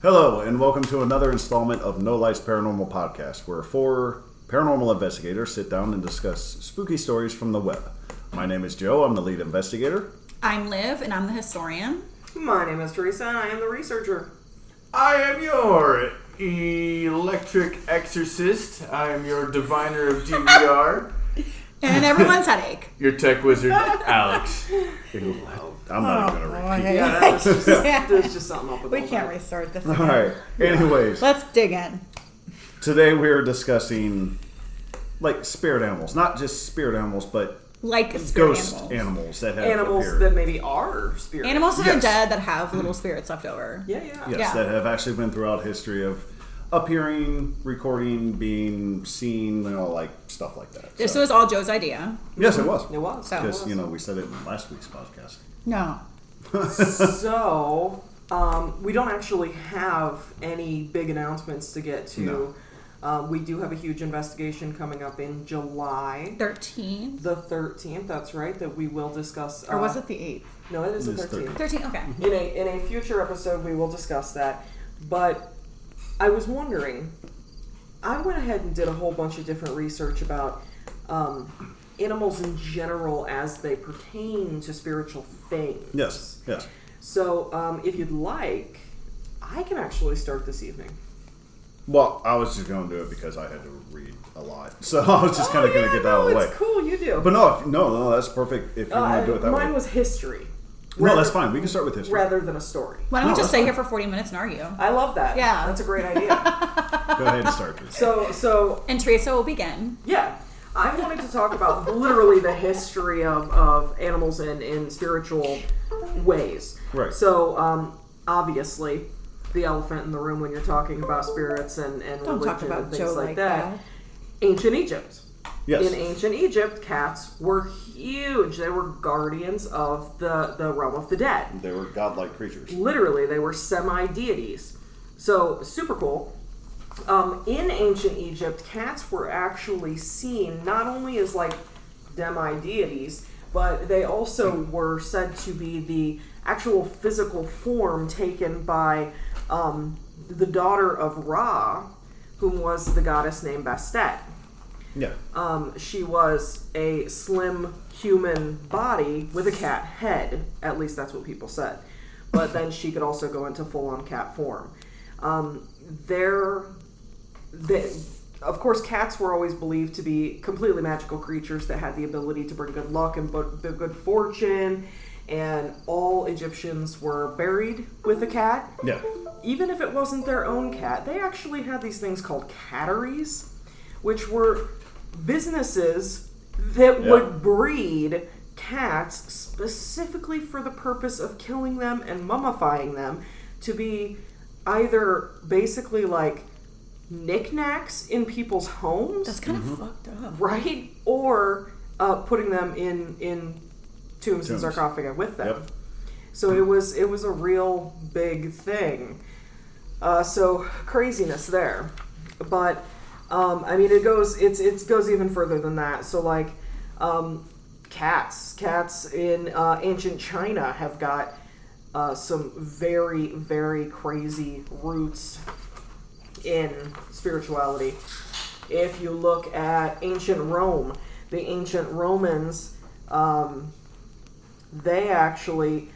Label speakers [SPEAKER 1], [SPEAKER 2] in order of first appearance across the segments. [SPEAKER 1] Hello, and welcome to another installment of No Lights Paranormal Podcast, where four paranormal investigators sit down and discuss spooky stories from the web. My name is Joe, I'm the lead investigator.
[SPEAKER 2] I'm Liv, and I'm the historian.
[SPEAKER 3] My name is Teresa, and I am the researcher.
[SPEAKER 4] I am your electric exorcist. I am your diviner of DVR.
[SPEAKER 2] And everyone's headache.
[SPEAKER 4] your tech wizard, Alex. Oh,
[SPEAKER 1] I'm
[SPEAKER 2] Oh,
[SPEAKER 1] not even gonna repeat.
[SPEAKER 3] Yeah, that was just, there's just something up with
[SPEAKER 5] We
[SPEAKER 3] all
[SPEAKER 5] can't
[SPEAKER 3] that.
[SPEAKER 5] restart this.
[SPEAKER 1] All right. Anyways,
[SPEAKER 5] Let's dig in.
[SPEAKER 1] today we are discussing like spirit animals, not just spirit animals, but
[SPEAKER 2] Like spirit
[SPEAKER 1] ghost animals.
[SPEAKER 2] animals.
[SPEAKER 1] that have
[SPEAKER 3] Animals
[SPEAKER 1] appeared.
[SPEAKER 3] that maybe are spirits.
[SPEAKER 2] Animals that are
[SPEAKER 1] Yes.
[SPEAKER 2] dead that have little spirits left over.
[SPEAKER 3] Yeah, yeah.
[SPEAKER 1] yes,
[SPEAKER 2] yeah.
[SPEAKER 1] that have actually been throughout history of appearing, recording, being seen, you know, like stuff like that.
[SPEAKER 2] This
[SPEAKER 1] So-
[SPEAKER 2] was all Joe's idea.
[SPEAKER 1] yes, it was.
[SPEAKER 3] It was.
[SPEAKER 2] So-
[SPEAKER 3] it
[SPEAKER 1] Because
[SPEAKER 3] was.
[SPEAKER 1] you know we said it in last week's podcast.
[SPEAKER 5] No.
[SPEAKER 3] so um, we don't actually have any big announcements to get to.
[SPEAKER 1] No.
[SPEAKER 3] Um, we do have a huge investigation coming up in July
[SPEAKER 2] 13.
[SPEAKER 3] the 13th. That's right. That we will discuss. Uh,
[SPEAKER 5] Or was it the eighth?
[SPEAKER 3] No, it is the
[SPEAKER 1] It is
[SPEAKER 3] 13th.
[SPEAKER 2] 13, okay.
[SPEAKER 1] Mm-hmm.
[SPEAKER 3] In a in a future episode, we will discuss that. But I was wondering. I went ahead and did a whole bunch of different research about um, animals in general as they pertain to spiritual things.
[SPEAKER 1] Yes, yes.
[SPEAKER 3] So, um, if you'd like, I can actually start this evening.
[SPEAKER 1] Well, I was just going to do it because I had to read a lot, so I was just kind of
[SPEAKER 3] Oh,
[SPEAKER 1] going
[SPEAKER 3] yeah,
[SPEAKER 1] to get that
[SPEAKER 3] no,
[SPEAKER 1] out of the way.
[SPEAKER 3] it's cool. You do.
[SPEAKER 1] But no, if, no, no, that's perfect. If you
[SPEAKER 3] Uh,
[SPEAKER 1] want to do it that
[SPEAKER 3] mine
[SPEAKER 1] way,
[SPEAKER 3] was history.
[SPEAKER 1] no, that's
[SPEAKER 3] rather-
[SPEAKER 1] fine. We can start with history.
[SPEAKER 3] Rather than a story.
[SPEAKER 2] Why don't
[SPEAKER 1] No,
[SPEAKER 2] we
[SPEAKER 1] that's
[SPEAKER 2] just stay
[SPEAKER 1] fine.
[SPEAKER 2] here for 40 minutes and argue?
[SPEAKER 3] I love that.
[SPEAKER 2] Yeah.
[SPEAKER 3] that's a great idea.
[SPEAKER 1] Go ahead and start. This.
[SPEAKER 3] so, so
[SPEAKER 2] And Teresa will begin.
[SPEAKER 3] Yeah. I wanted to talk about literally the history of, of animals in, in spiritual ways.
[SPEAKER 1] Right.
[SPEAKER 3] So, um, obviously, the elephant in the room when you're talking about spirits and, and
[SPEAKER 5] Don't
[SPEAKER 3] religion
[SPEAKER 5] talk about
[SPEAKER 3] and things
[SPEAKER 5] Joe
[SPEAKER 3] like,
[SPEAKER 5] like
[SPEAKER 3] that. Ancient Egypt.
[SPEAKER 1] yes,
[SPEAKER 3] In ancient Egypt, cats were huge. They were guardians of the, the realm of the dead
[SPEAKER 1] they were godlike creatures.
[SPEAKER 3] literally they were semi deities so super cool um, in ancient egypt cats were actually seen not only as like demi deities but they also were said to be the actual physical form taken by um, the daughter of ra whom was the goddess named bastet
[SPEAKER 1] Yeah,
[SPEAKER 3] um, she was a slim human body with a cat head. At least that's what people said. But then she could also go into full on cat form. Um, there, they, of course, cats were always believed to be completely magical creatures that had the ability to bring good luck and bu- bu- good fortune. And all Egyptians were buried with a cat
[SPEAKER 1] yeah.
[SPEAKER 3] even if it wasn't their own cat, they actually had these things called catteries, which were businesses that
[SPEAKER 1] Yeah.
[SPEAKER 3] would breed cats specifically for the purpose of killing them and mummifying them to be either basically like knickknacks in people's homes
[SPEAKER 2] That's kind of
[SPEAKER 1] Mm-hmm.
[SPEAKER 2] fucked up.
[SPEAKER 3] right? Or uh, putting them in in tombs, and
[SPEAKER 1] Tombs.
[SPEAKER 3] sarcophagi with them.
[SPEAKER 1] Yep.
[SPEAKER 3] So it was it was a real big thing. Uh, so craziness there, but um, I mean it goes it's it goes even further than that. So like um, cats cats in uh, ancient China have got. Uh, some very very crazy roots in spirituality. If you look at ancient Rome, the ancient Romans, um, they actually,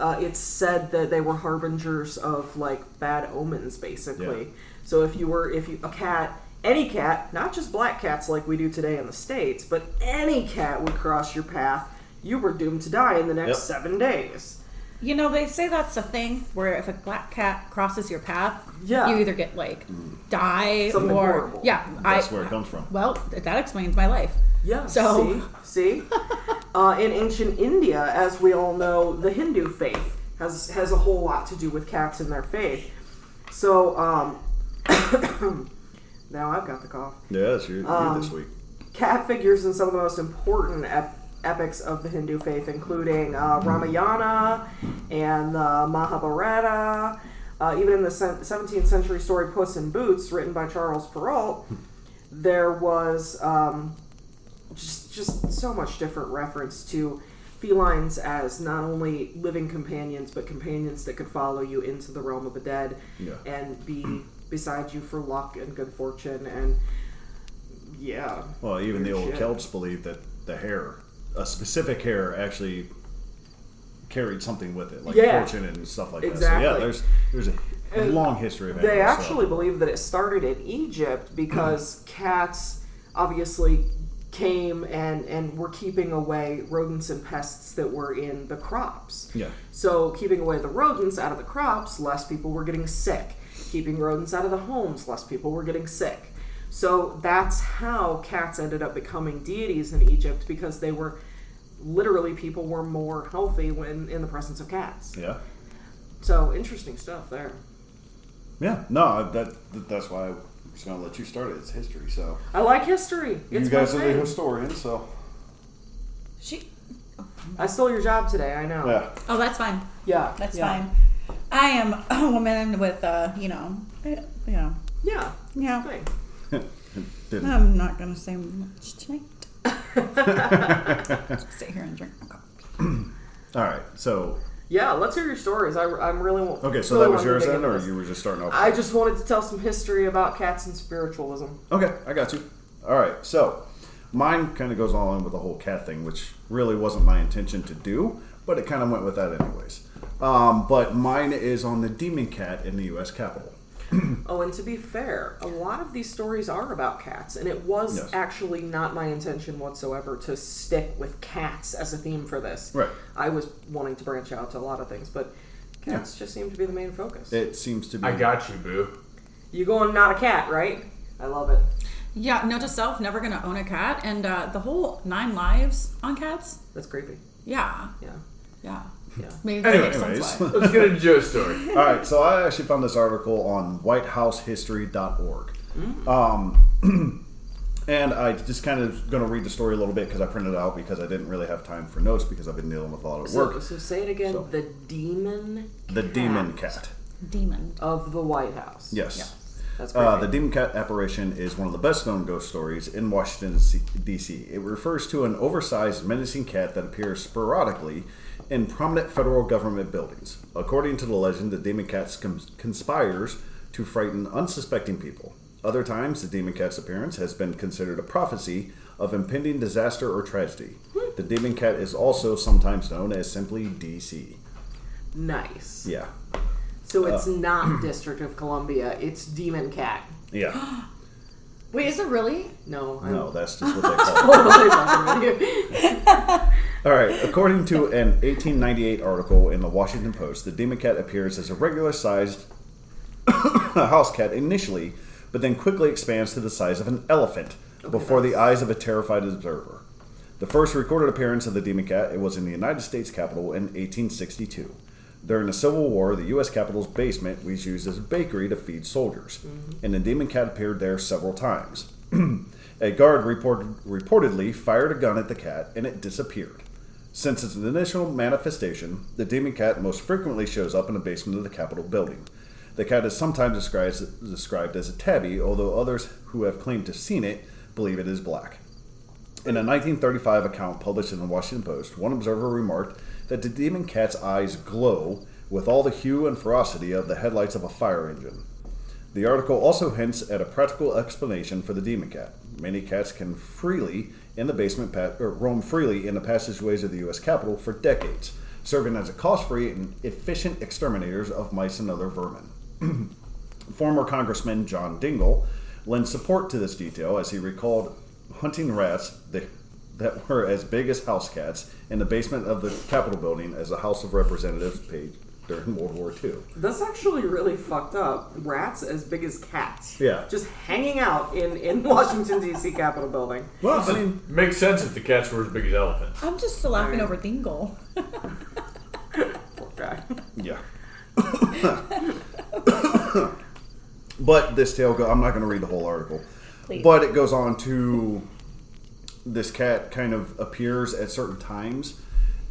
[SPEAKER 3] uh, it's said that they were harbingers of like bad omens, basically.
[SPEAKER 1] Yeah.
[SPEAKER 3] So if you were, if you a cat, any cat, not just black cats like we do today in the states, but any cat would cross your path, you were doomed to die in the next
[SPEAKER 1] Yep.
[SPEAKER 3] seven days.
[SPEAKER 2] You know, they say that's a thing where if a black cat crosses your path,
[SPEAKER 3] Yeah.
[SPEAKER 2] you either get like die
[SPEAKER 3] Something
[SPEAKER 2] or.
[SPEAKER 3] horrible.
[SPEAKER 2] Yeah.
[SPEAKER 1] Mm. That's
[SPEAKER 2] I,
[SPEAKER 1] where it comes from.
[SPEAKER 2] Well, th- that explains my life.
[SPEAKER 3] Yeah.
[SPEAKER 2] So-
[SPEAKER 3] see, see, uh, in ancient India, as we all know, the Hindu faith has has a whole lot to do with cats and their faith. So um, now I've got the cough.
[SPEAKER 1] Yes, you, you this week.
[SPEAKER 3] Cat figures in some of the most important ep- epics of the Hindu faith, including uh, Ramayana and the Mahabharata. Uh, even in the sen- 17th century story Puss in Boots, written by Charles Perrault, there was um, just just so much different reference to felines as not only living companions but companions that could follow you into the realm of the dead
[SPEAKER 1] Yeah.
[SPEAKER 3] and be beside you for luck and good fortune and yeah
[SPEAKER 1] Well, even the
[SPEAKER 3] Weird
[SPEAKER 1] old
[SPEAKER 3] shit.
[SPEAKER 1] Celts believed that the hair, a specific hair, actually carried something with it, like
[SPEAKER 3] Yeah.
[SPEAKER 1] fortune and stuff like that. So yeah,
[SPEAKER 3] Exactly.
[SPEAKER 1] there's there's a long history of
[SPEAKER 3] They
[SPEAKER 1] animals, so-
[SPEAKER 3] actually believe that it started in Egypt because cats obviously came and, and were keeping away rodents and pests that were in the crops.
[SPEAKER 1] Yeah.
[SPEAKER 3] So, keeping away the rodents out of the crops, less people were getting sick. Keeping rodents out of the homes, less people were getting sick. So, that's how cats ended up becoming deities in Egypt because they were literally people were more healthy when in the presence of cats.
[SPEAKER 1] yeah.
[SPEAKER 3] So, interesting stuff there.
[SPEAKER 1] Yeah, no, that, that that's why I was going to let you start it. It's history, so
[SPEAKER 3] I like history. It's
[SPEAKER 1] you guys
[SPEAKER 3] my
[SPEAKER 1] are
[SPEAKER 3] thing.
[SPEAKER 1] the historians, so
[SPEAKER 2] She.
[SPEAKER 3] I stole your job today. I know.
[SPEAKER 1] yeah.
[SPEAKER 2] Oh, that's fine.
[SPEAKER 3] Yeah.
[SPEAKER 2] That's
[SPEAKER 3] yeah.
[SPEAKER 2] fine. I am a woman with, uh, you know, you know,
[SPEAKER 3] Yeah.
[SPEAKER 2] yeah.
[SPEAKER 3] Thing.
[SPEAKER 1] Didn't
[SPEAKER 2] I'm not gonna say much tonight. Sit here and drink my coffee.
[SPEAKER 1] all right. So
[SPEAKER 3] Yeah. Let's hear your stories. I am really want.
[SPEAKER 1] okay, so
[SPEAKER 3] really
[SPEAKER 1] that was
[SPEAKER 3] wanted to
[SPEAKER 1] yours
[SPEAKER 3] dig
[SPEAKER 1] then,
[SPEAKER 3] into
[SPEAKER 1] or
[SPEAKER 3] this.
[SPEAKER 1] you were just starting off?
[SPEAKER 3] I just wanted to tell some history about cats and spiritualism.
[SPEAKER 1] Okay, I got you. All right, so mine kind of goes all in with the whole cat thing, which really wasn't my intention to do, but it kind of went with that anyways. Um, but mine is on the demon cat in the U.S. Capitol.
[SPEAKER 3] Oh, and to be fair, a lot of these stories are about cats, and it was
[SPEAKER 1] Yes.
[SPEAKER 3] actually not my intention whatsoever to stick with cats as a theme for this.
[SPEAKER 1] Right.
[SPEAKER 3] I was wanting to branch out to a lot of things, but cats just seem to be the main focus.
[SPEAKER 1] It seems to be.
[SPEAKER 4] I got you, boo.
[SPEAKER 3] you going not a cat, right? I love it.
[SPEAKER 2] Yeah, note to self: never gonna own a cat, and uh, the whole nine lives on cats.
[SPEAKER 3] That's creepy.
[SPEAKER 2] Yeah,
[SPEAKER 3] Yeah.
[SPEAKER 2] yeah,
[SPEAKER 3] Yeah.
[SPEAKER 2] Maybe that
[SPEAKER 4] Anyway,
[SPEAKER 2] makes
[SPEAKER 1] anyways.
[SPEAKER 2] sense why.
[SPEAKER 4] Let's get into Joe's story.
[SPEAKER 1] All right, so I actually found this article on WhiteHouseHistory.org.
[SPEAKER 4] Mm-hmm.
[SPEAKER 1] Um, and I just kind of going to read the story a little bit because I printed it out because I didn't really have time for notes because I've been dealing with a lot of
[SPEAKER 3] So,
[SPEAKER 1] work.
[SPEAKER 3] so say it again.
[SPEAKER 1] So-
[SPEAKER 3] The demon.
[SPEAKER 1] the demon cat.
[SPEAKER 2] Demon.
[SPEAKER 3] of the White House.
[SPEAKER 1] Yes.
[SPEAKER 3] That's great.
[SPEAKER 1] Uh, the Demon Cat apparition is one of the best known ghost stories in Washington, C- D.C. It refers to an oversized, menacing cat that appears sporadically in prominent federal government buildings. According to the legend, the Demon Cat cons- conspires to frighten unsuspecting people. Other times, the Demon Cat's appearance has been considered a prophecy of impending disaster or tragedy.
[SPEAKER 3] Hmm.
[SPEAKER 1] The Demon Cat is also sometimes known as simply D.C.
[SPEAKER 3] nice.
[SPEAKER 1] Yeah. Uh,
[SPEAKER 3] So it's not District of Columbia. It's Demon Cat.
[SPEAKER 1] Yeah.
[SPEAKER 2] Wait, is it really?
[SPEAKER 3] No. I'm
[SPEAKER 1] No, that's just what they call it.
[SPEAKER 3] totally fucking with you.
[SPEAKER 1] All right. According to an 1898 article in the Washington Post, the demon cat appears as a regular-sized house cat initially, but then quickly expands to the size of an elephant before the eyes of a terrified observer. The first recorded appearance of the demon cat it was in the United States Capitol in 1862. During the Civil War, the U.S. Capitol's basement was used as a bakery to feed soldiers, and the demon cat appeared there several times. a guard reported, reportedly fired a gun at the cat, and it disappeared. Since its initial manifestation, the demon cat most frequently shows up in the basement of the Capitol building. The cat is sometimes described, described as a tabby, although others who have claimed to have seen it believe it is black. In a 1935 account published in the Washington Post, one observer remarked that the demon cat's eyes glow with all the hue and ferocity of the headlights of a fire engine. The article also hints at a practical explanation for the demon cat. Many cats can freely in the basement pa- or roam freely in the passageways of the U.S. Capitol for decades, serving as a cost-free and efficient exterminators of mice and other vermin. Former Congressman John Dingell lends support to this detail as he recalled hunting rats that, that were as big as house cats in the basement of the Capitol building as the House of Representatives paid during World War II.
[SPEAKER 3] That's actually really fucked up. Rats as big as cats.
[SPEAKER 1] Yeah.
[SPEAKER 3] Just hanging out in, in Washington, D.C. Capitol building.
[SPEAKER 1] Well, I mean,
[SPEAKER 4] Makes sense if the cats were as big as elephants.
[SPEAKER 2] I'm just still laughing over Dingle.
[SPEAKER 3] Poor guy.
[SPEAKER 1] Yeah. but this tale, go- I'm not going to read the whole article,
[SPEAKER 2] Please.
[SPEAKER 1] but it goes on to this cat kind of appears at certain times,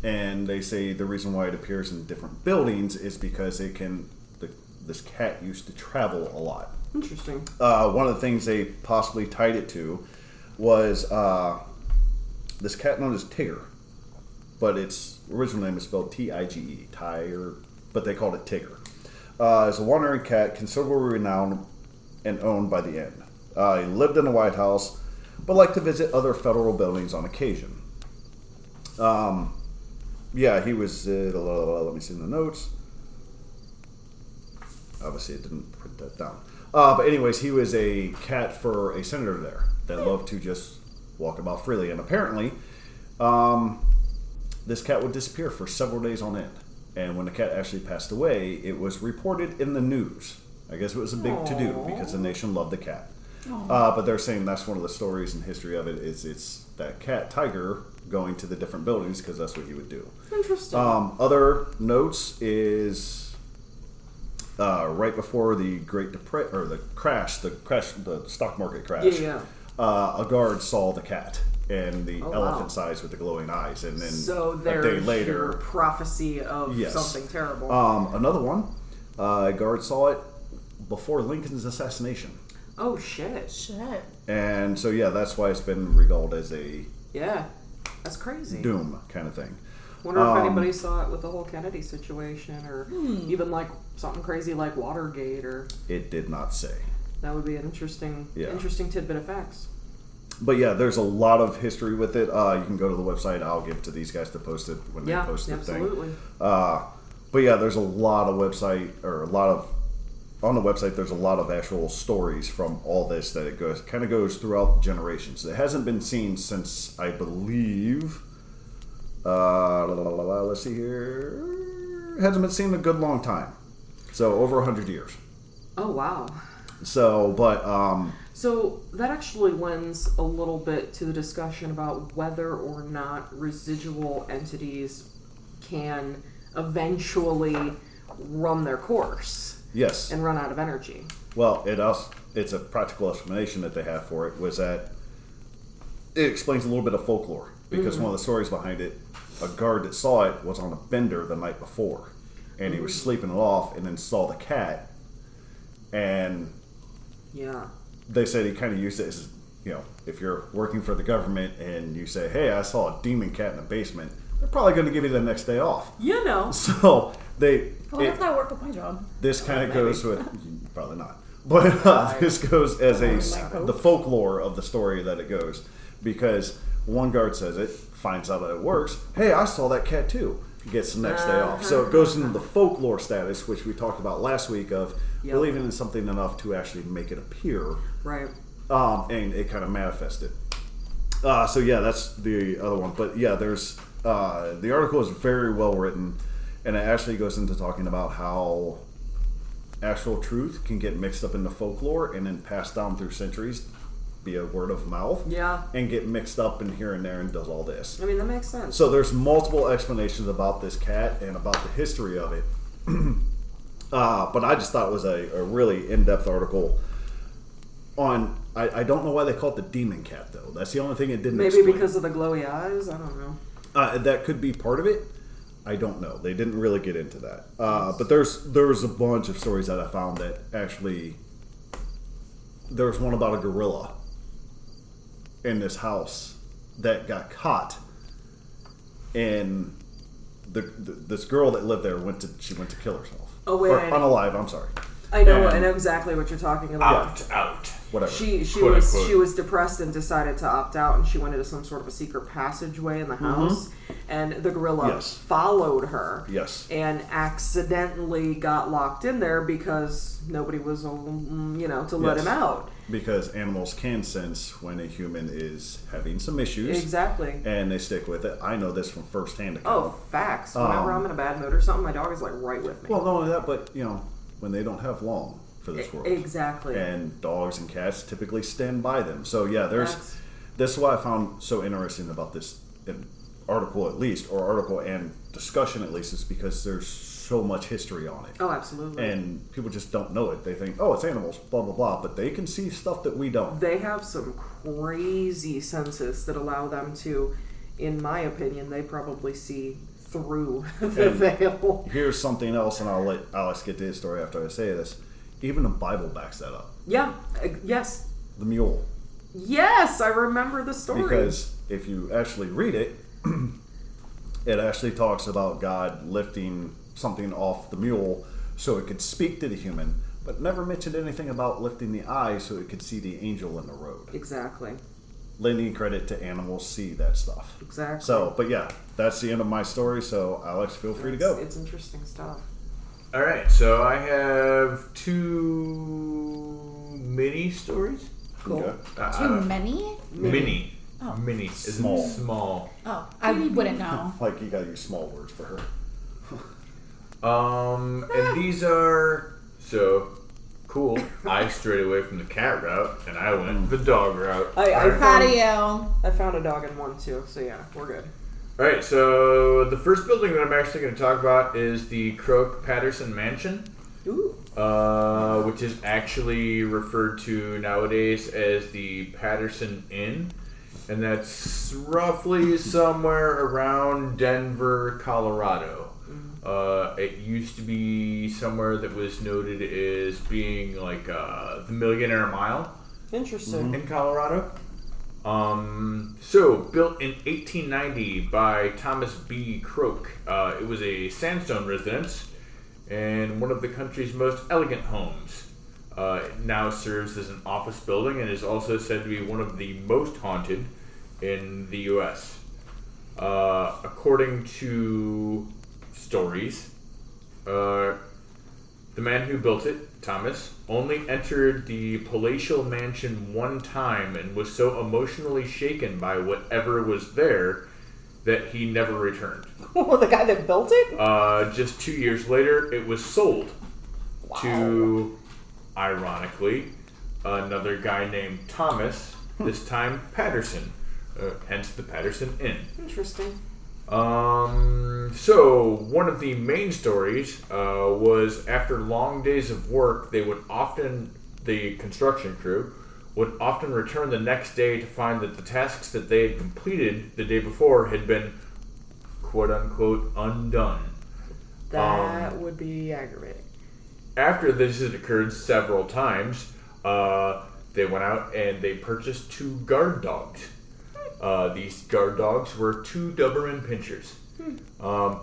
[SPEAKER 1] and they say the reason why it appears in different buildings is because it can. The, this cat used to travel a lot.
[SPEAKER 3] Interesting.
[SPEAKER 1] Uh, one of the things they possibly tied it to was uh, this cat known as Tigger. but its original name is spelled T I G E, Tiger, but they called it Tigger. Uh, it's a wandering cat, considerably renowned and owned by the N. Uh, he lived in the White House, but liked to visit other federal buildings on occasion. Um, yeah, he was. Uh, la- la- la- let me see in the notes. Obviously, it didn't print that down. Uh, but anyways, he was a cat for a senator there that loved to just walk about freely, and apparently, um, this cat would disappear for several days on end. And when the cat actually passed away, it was reported in the news. I guess it was a big to do
[SPEAKER 3] Aw.
[SPEAKER 1] because the nation loved the cat. Uh, but they're saying that's one of the stories in history of it is it's that cat tiger going to the different buildings because that's what he would do.
[SPEAKER 3] Interesting.
[SPEAKER 1] Um, other notes is uh, right before the Great Depre- or the crash, the crash, the stock market crash.
[SPEAKER 3] Yeah, yeah.
[SPEAKER 1] Uh, a guard saw the cat and the
[SPEAKER 3] Oh, wow.
[SPEAKER 1] elephant size with the glowing eyes, and then
[SPEAKER 3] so
[SPEAKER 1] a
[SPEAKER 3] there's
[SPEAKER 1] day
[SPEAKER 3] your
[SPEAKER 1] later,
[SPEAKER 3] prophecy of
[SPEAKER 1] Yes.
[SPEAKER 3] something terrible.
[SPEAKER 1] um, another one. Uh, a guard saw it before Lincoln's assassination,
[SPEAKER 3] oh shit.
[SPEAKER 2] Shit.
[SPEAKER 1] and so yeah, that's why it's been regaled as a
[SPEAKER 3] Yeah. That's crazy.
[SPEAKER 1] doom kind of thing.
[SPEAKER 3] Wonder if
[SPEAKER 1] Um,
[SPEAKER 3] anybody saw it with the whole Kennedy situation or even like something crazy like Watergate or
[SPEAKER 1] It did not say.
[SPEAKER 3] that would be an interesting
[SPEAKER 1] Yeah.
[SPEAKER 3] interesting tidbit of facts.
[SPEAKER 1] But yeah, there's a lot of history with it. Uh, you can go to the website. I'll give it to these guys to post it when
[SPEAKER 3] Yeah,
[SPEAKER 1] they post the thing.
[SPEAKER 3] absolutely.
[SPEAKER 1] Uh, but yeah, there's a lot of website or a lot of on the website. There's a lot of actual stories from all this that it goes kind of goes throughout generations. It hasn't been seen since I believe. Uh, la, la, la, la, let's see here. Hasn't been seen in a good long time. So over hundred years.
[SPEAKER 3] Oh wow.
[SPEAKER 1] So, but um,
[SPEAKER 3] So that actually lends a little bit to the discussion about whether or not residual entities can eventually run their course
[SPEAKER 1] yes.
[SPEAKER 3] and run out of energy.
[SPEAKER 1] Well, it also it's a practical explanation that they have for it was that it explains a little bit of folklore because one of the stories behind it, a guard that saw it was on a bender the night before, and he was sleeping it off, and then saw the cat, and
[SPEAKER 3] Yeah.
[SPEAKER 1] they said he kind of used it as you know if you're working for the government and you say hey I saw a demon cat in the basement, they're probably going to give you the next day off.
[SPEAKER 3] You know.
[SPEAKER 1] So they
[SPEAKER 2] I wonder
[SPEAKER 1] it-
[SPEAKER 2] if that work with my job.
[SPEAKER 1] this kind of goes with probably not, but uh, this goes as a s- the folklore of the story that it goes because one guard says it, finds out that it works. Hey, I saw that cat too. Gets the next day off, so it goes into the folklore status, which we talked about last week of
[SPEAKER 3] Yep.
[SPEAKER 1] believing in something enough to actually make it appear,
[SPEAKER 3] Right.
[SPEAKER 1] um, and it kind of manifested. Uh, so yeah, that's the other one. But yeah, there's uh, the article is very well written, and it actually goes into talking about how actual truth can get mixed up into folklore and then passed down through centuries via word of mouth.
[SPEAKER 3] Yeah.
[SPEAKER 1] and get mixed up in here and there and does all this.
[SPEAKER 3] I mean that makes sense.
[SPEAKER 1] So there's multiple explanations about this cat and about the history of it. uh, but I just thought it was a, a really in-depth article on. I, I don't know why they call it the demon cat though. That's the only thing it didn't.
[SPEAKER 3] Maybe
[SPEAKER 1] explain.
[SPEAKER 3] because of the glowy eyes, I don't know.
[SPEAKER 1] uh, that could be part of it. I don't know. They didn't really get into that. Uh, but there's there was a bunch of stories that I found that actually there was one about a gorilla in this house that got caught and the, the this girl that lived there went to she went to kill herself.
[SPEAKER 3] Oh, wait,
[SPEAKER 1] Or
[SPEAKER 3] I-
[SPEAKER 1] unalive, I'm sorry.
[SPEAKER 3] I know,
[SPEAKER 1] And-
[SPEAKER 3] I know exactly what you're talking about.
[SPEAKER 4] Out, out.
[SPEAKER 1] Whatever.
[SPEAKER 3] She she
[SPEAKER 4] Quote,
[SPEAKER 3] was
[SPEAKER 4] unquote.
[SPEAKER 3] she was depressed and decided to opt out, and she went into some sort of a secret passageway in the house, and the gorilla
[SPEAKER 1] Mm-hmm. Yes.
[SPEAKER 3] followed her.
[SPEAKER 1] Yes.
[SPEAKER 3] And accidentally got locked in there because nobody was, um, you know, to let
[SPEAKER 1] Yes.
[SPEAKER 3] him out.
[SPEAKER 1] because animals can sense when a human is having some issues
[SPEAKER 3] Exactly.
[SPEAKER 1] and they stick with it. I know this from firsthand account.
[SPEAKER 3] Oh, facts. Whenever I'm in a bad mood or something, my dog is like right with
[SPEAKER 1] um,
[SPEAKER 3] me.
[SPEAKER 1] Well, not only that, but you know, when they don't have long for this world,
[SPEAKER 3] E-, exactly.
[SPEAKER 1] and dogs and cats typically stand by them. So yeah, there's
[SPEAKER 3] Facts.
[SPEAKER 1] this is what I found so interesting about this in- article, at least, or article and discussion at least, is because there's so much history on it,
[SPEAKER 3] oh, absolutely.
[SPEAKER 1] and people just don't know it. They think, oh, it's animals, blah blah blah, but they can see stuff that we don't.
[SPEAKER 3] they have some crazy senses that allow them to, in my opinion, they probably see through the
[SPEAKER 1] And-
[SPEAKER 3] veil.
[SPEAKER 1] Here's something else, and I'll let Alex get to his story after I say this. Even the Bible backs that up.
[SPEAKER 3] Yeah. uh, Yes.
[SPEAKER 1] The mule.
[SPEAKER 3] Yes, I remember the story.
[SPEAKER 1] because if you actually read it, it actually talks about God lifting something off the mule so it could speak to the human, but never mentioned anything about lifting the eye so it could see the angel in the road.
[SPEAKER 3] Exactly.
[SPEAKER 1] Lending credit to animals see that stuff.
[SPEAKER 3] Exactly.
[SPEAKER 1] So, but yeah, that's the end of my story. So, Alex, feel free to
[SPEAKER 3] It's-
[SPEAKER 1] go.
[SPEAKER 3] It's interesting stuff.
[SPEAKER 4] All right, so I have two mini stories.
[SPEAKER 3] Cool.
[SPEAKER 1] Okay.
[SPEAKER 4] Uh, I
[SPEAKER 2] Too
[SPEAKER 4] don't-
[SPEAKER 2] many?
[SPEAKER 4] mini.
[SPEAKER 2] Oh.
[SPEAKER 4] Mini. Isn't
[SPEAKER 1] Small.
[SPEAKER 4] small.
[SPEAKER 2] Oh, I wouldn't know.
[SPEAKER 1] Like you gotta use small words for her.
[SPEAKER 4] Um, and these are so cool. I strayed away from the cat route and I went the dog route.
[SPEAKER 3] I- I
[SPEAKER 4] Alright.
[SPEAKER 2] Proud of you.
[SPEAKER 3] I found a dog in one too, so yeah, we're good.
[SPEAKER 4] All right, so the first building that I'm actually going to talk about is the Croak Patterson Mansion,
[SPEAKER 3] Ooh.
[SPEAKER 4] uh, which is actually referred to nowadays as the Patterson Inn, and that's roughly somewhere around Denver, Colorado. Uh, it used to be somewhere that was noted as being like uh, the Millionaire Mile
[SPEAKER 3] Interesting.
[SPEAKER 4] in Colorado. Um, so, built in 1890 by Thomas B. Croak, uh, it was a sandstone residence and one of the country's most elegant homes. Uh, it now serves as an office building and is also said to be one of the most haunted in the U.S. Uh, according to stories, uh, the man who built it, Thomas, only entered the palatial mansion one time and was so emotionally shaken by whatever was there that he never returned.
[SPEAKER 1] Mm-hmm.
[SPEAKER 3] well, the guy that built it?
[SPEAKER 4] Uh, just two years later, it was sold
[SPEAKER 3] Wow.
[SPEAKER 4] to, ironically, another guy named Thomas, this time Patterson, uh, hence the Patterson Inn.
[SPEAKER 3] Interesting.
[SPEAKER 4] Um, so one of the main stories uh, was after long days of work, they would often the construction crew would often return the next day to find that the tasks that they had completed the day before had been quote unquote undone.
[SPEAKER 3] That would be aggravating.
[SPEAKER 4] After this had occurred several times, uh, they went out and they purchased two guard dogs. Uh, these guard dogs were two Doberman pinchers. Um,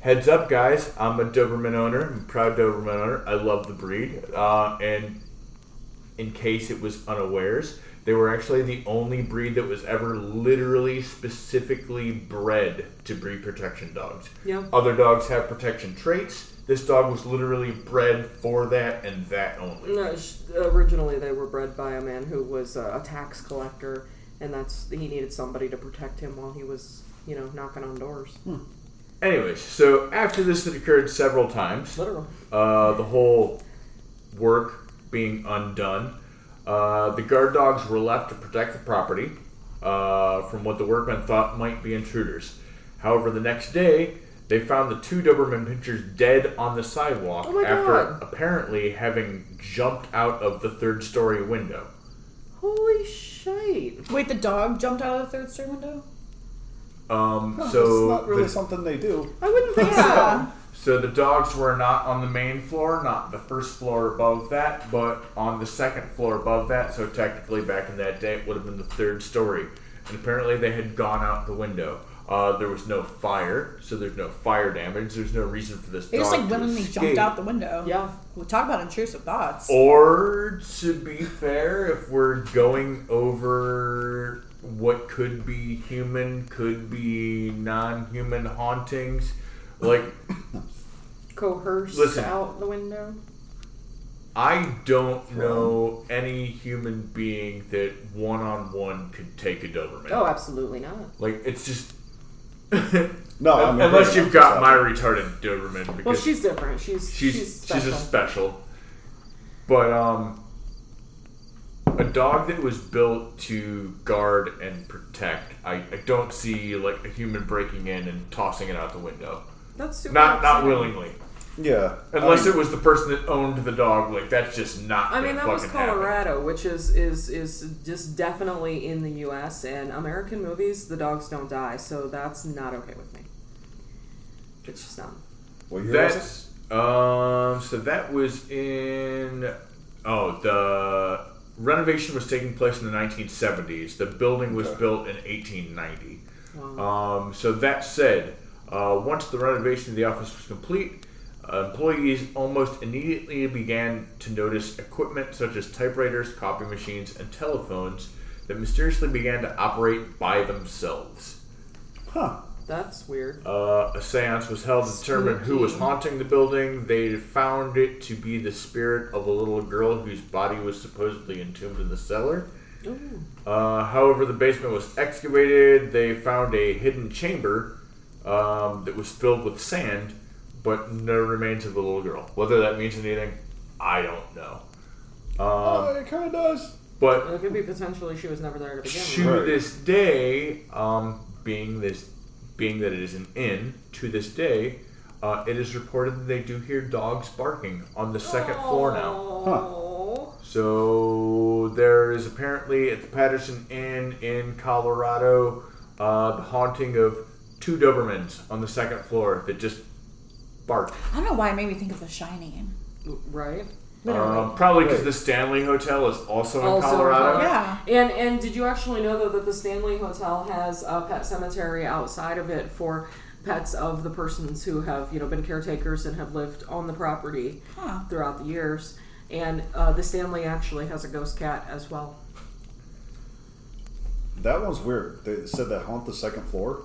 [SPEAKER 4] heads up, guys! I'm a Doberman owner. I'm a proud Doberman owner. I love the breed. Uh, and in case it was unawares, they were actually the only breed that was ever literally specifically bred to breed protection dogs.
[SPEAKER 3] Yeah.
[SPEAKER 4] Other dogs have protection traits. This dog was literally bred for that and that only.
[SPEAKER 3] No, sh- originally they were bred by a man who was uh, a tax collector, and that's he needed somebody to protect him while he was, you know, knocking on doors.
[SPEAKER 4] Hmm. Anyways, so after this had occurred several times,
[SPEAKER 3] Literally.
[SPEAKER 4] uh, the whole work being undone. Uh, the guard dogs were left to protect the property uh, from what the workmen thought might be intruders. However, the next day, they found the two Doberman pinchers dead on the sidewalk
[SPEAKER 3] Oh my
[SPEAKER 4] after
[SPEAKER 3] God.
[SPEAKER 4] apparently having jumped out of the third story window.
[SPEAKER 3] Holy shit!
[SPEAKER 2] Wait, the dog jumped out of the third story window?
[SPEAKER 4] Um,
[SPEAKER 1] it's
[SPEAKER 4] so
[SPEAKER 1] not really
[SPEAKER 4] the-
[SPEAKER 1] something they do.
[SPEAKER 3] I wouldn't think so.
[SPEAKER 2] Yeah.
[SPEAKER 4] So the dogs were not on the main floor, not the first floor above that, but on the second floor above that. So technically, back in that day, it would have been the third story. And apparently, they had gone out the window. Uh, there was no fire, so there's no fire damage. There's no reason for this.
[SPEAKER 2] They just
[SPEAKER 4] dog
[SPEAKER 2] like
[SPEAKER 4] to
[SPEAKER 2] willingly
[SPEAKER 4] escape.
[SPEAKER 2] jumped out the window.
[SPEAKER 3] Yeah.
[SPEAKER 2] Well, talk about intrusive thoughts.
[SPEAKER 4] Oh. Or, to be fair, if we're going over what could be human, could be non-human hauntings, like
[SPEAKER 3] Coerced
[SPEAKER 4] Listen.
[SPEAKER 3] out the window.
[SPEAKER 4] I don't know any human being that one on one could take a Doberman.
[SPEAKER 3] Oh, absolutely not.
[SPEAKER 4] Like it's just
[SPEAKER 1] No,
[SPEAKER 3] Oh,
[SPEAKER 1] I mean,
[SPEAKER 4] unless you've got
[SPEAKER 1] so-
[SPEAKER 4] my retarded Doberman because
[SPEAKER 3] Well, she's different. She's
[SPEAKER 4] she's
[SPEAKER 3] she's
[SPEAKER 4] she's,
[SPEAKER 3] special.
[SPEAKER 4] a special. But um, a dog that was built to guard and protect, I, I don't see like a human breaking in and tossing it out the window.
[SPEAKER 3] that's super.
[SPEAKER 4] Not not
[SPEAKER 3] upsetting.
[SPEAKER 4] willingly.
[SPEAKER 1] Yeah. Oh,
[SPEAKER 4] Unless
[SPEAKER 1] I mean,
[SPEAKER 4] it was the person that owned the dog, like that's just not.
[SPEAKER 3] I mean,
[SPEAKER 4] gonna
[SPEAKER 3] that was
[SPEAKER 4] fucking happen.
[SPEAKER 3] Colorado, which is is is just definitely in the U.S. and American movies. The dogs don't die, so that's not okay with me. It's just not.
[SPEAKER 1] what year was it?
[SPEAKER 4] That's um. So that was in. Oh, the renovation was taking place in the 1970s. The building was
[SPEAKER 1] Okay.
[SPEAKER 4] built in 1890. Um, so that said, uh, once the renovation of the office was complete, uh, employees almost immediately began to notice equipment such as typewriters, copy machines, and telephones that mysteriously began to operate by themselves. Um,
[SPEAKER 1] Huh.
[SPEAKER 3] That's weird.
[SPEAKER 4] Uh, a seance was held to determine who was
[SPEAKER 3] Spooky.
[SPEAKER 4] haunting the building. They found it to be the spirit of a little girl whose body was supposedly entombed in the cellar.
[SPEAKER 3] Ooh.
[SPEAKER 4] Uh, however, the basement was excavated. They found a hidden chamber um, that was filled with sand, but no remains of the little girl. Whether that means anything, I don't know. Um,
[SPEAKER 1] oh, it kind of does.
[SPEAKER 4] but
[SPEAKER 3] It could be potentially she was never there to begin with.
[SPEAKER 4] to
[SPEAKER 1] Right.
[SPEAKER 4] this day, um, being this, being that it is an inn, to this day, uh, it is reported that they do hear dogs barking on the second floor now.
[SPEAKER 3] Aw.
[SPEAKER 4] So there is apparently at the Patterson Inn in Colorado uh, the haunting of two Dobermans on the second floor that just bark.
[SPEAKER 2] I don't know why it made me think of The Shining.
[SPEAKER 3] Right?
[SPEAKER 2] Literally.
[SPEAKER 4] Um, probably because
[SPEAKER 1] Wait.
[SPEAKER 4] the Stanley Hotel is also in
[SPEAKER 3] Also in
[SPEAKER 4] Colorado.
[SPEAKER 3] Colorado.
[SPEAKER 2] yeah.
[SPEAKER 3] And and did you actually know though that the Stanley Hotel has a pet cemetery outside of it for pets of the persons who have you know been caretakers and have lived on the property
[SPEAKER 2] Huh.
[SPEAKER 3] throughout the years. And uh, the Stanley actually has a ghost cat as well.
[SPEAKER 1] That one's weird. They said that haunt the second floor.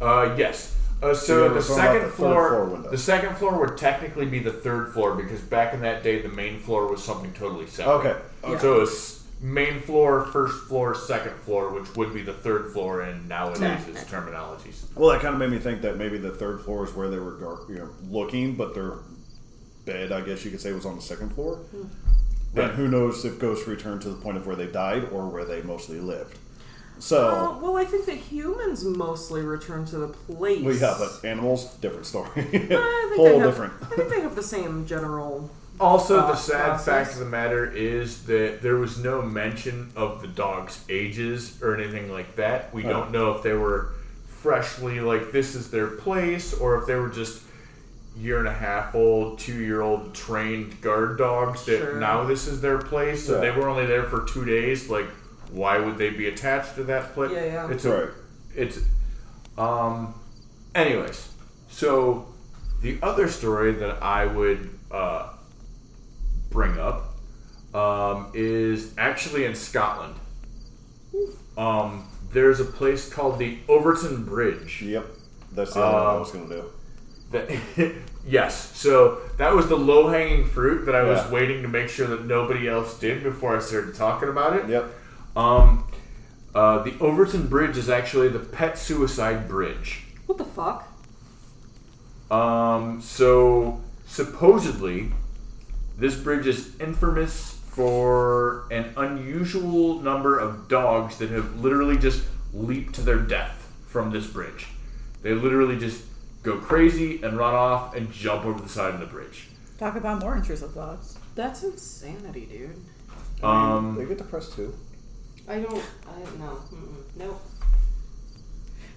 [SPEAKER 4] Uh, yes. Uh,
[SPEAKER 1] you
[SPEAKER 4] so
[SPEAKER 1] were
[SPEAKER 4] the
[SPEAKER 1] talking about the
[SPEAKER 4] second
[SPEAKER 1] third
[SPEAKER 4] floor,
[SPEAKER 1] floor window.
[SPEAKER 4] the second floor would technically be the third floor because back in that day, the main floor was something totally separate.
[SPEAKER 1] Okay.
[SPEAKER 3] Yeah.
[SPEAKER 4] So it's main floor, first floor, second floor, which would be the third floor in nowadays its terminologies.
[SPEAKER 1] Well, that kind of made me think that maybe the third floor is where they were, gar- you know, looking, but their bed, I guess you could say, was on the second floor.
[SPEAKER 4] Right.
[SPEAKER 1] And who knows if ghosts return to the point of where they died or where they mostly lived. So,
[SPEAKER 3] Uh, well, I think that humans mostly return to the place.
[SPEAKER 1] we have but animals, different story.
[SPEAKER 3] I think they
[SPEAKER 1] Whole
[SPEAKER 3] have-
[SPEAKER 1] different.
[SPEAKER 3] I think they have the same general.
[SPEAKER 4] Also, the
[SPEAKER 3] Thought
[SPEAKER 4] sad
[SPEAKER 3] Uh, process.
[SPEAKER 4] fact of the matter is that there was no mention of the dogs' ages or anything like
[SPEAKER 3] Oh.
[SPEAKER 4] that. We don't know if they were freshly like this is their place or if they were just year and a half old, two year old trained guard dogs that
[SPEAKER 3] Sure.
[SPEAKER 4] now this is their place. So
[SPEAKER 1] Yeah.
[SPEAKER 4] they were only there for two days. Like, why would they be attached to that place?
[SPEAKER 3] Yeah, yeah.
[SPEAKER 4] It's
[SPEAKER 1] Right.
[SPEAKER 4] a, it's um, anyways, so the other story that I would uh, bring up um, is actually in Scotland. Um, there's a place called the Overton Bridge.
[SPEAKER 1] yep. That's the other one I
[SPEAKER 4] Um,
[SPEAKER 1] was going to do.
[SPEAKER 4] That, yes, so that was the low hanging fruit that I was
[SPEAKER 1] Yeah.
[SPEAKER 4] waiting to make sure that nobody else did before I started talking about it.
[SPEAKER 1] Yep.
[SPEAKER 4] Um, uh, the Overton Bridge is actually the pet suicide bridge.
[SPEAKER 3] What the fuck?
[SPEAKER 4] Um, so supposedly, this bridge is infamous for an unusual number of dogs that have literally just leaped to their death from this bridge. They literally just go crazy and run off and jump over the side of the bridge.
[SPEAKER 2] Talk about more intrusive thoughts.
[SPEAKER 3] That's insanity, dude.
[SPEAKER 4] Um,
[SPEAKER 1] they get depressed too.
[SPEAKER 3] I don't. I don't know. Mm-mm. Nope.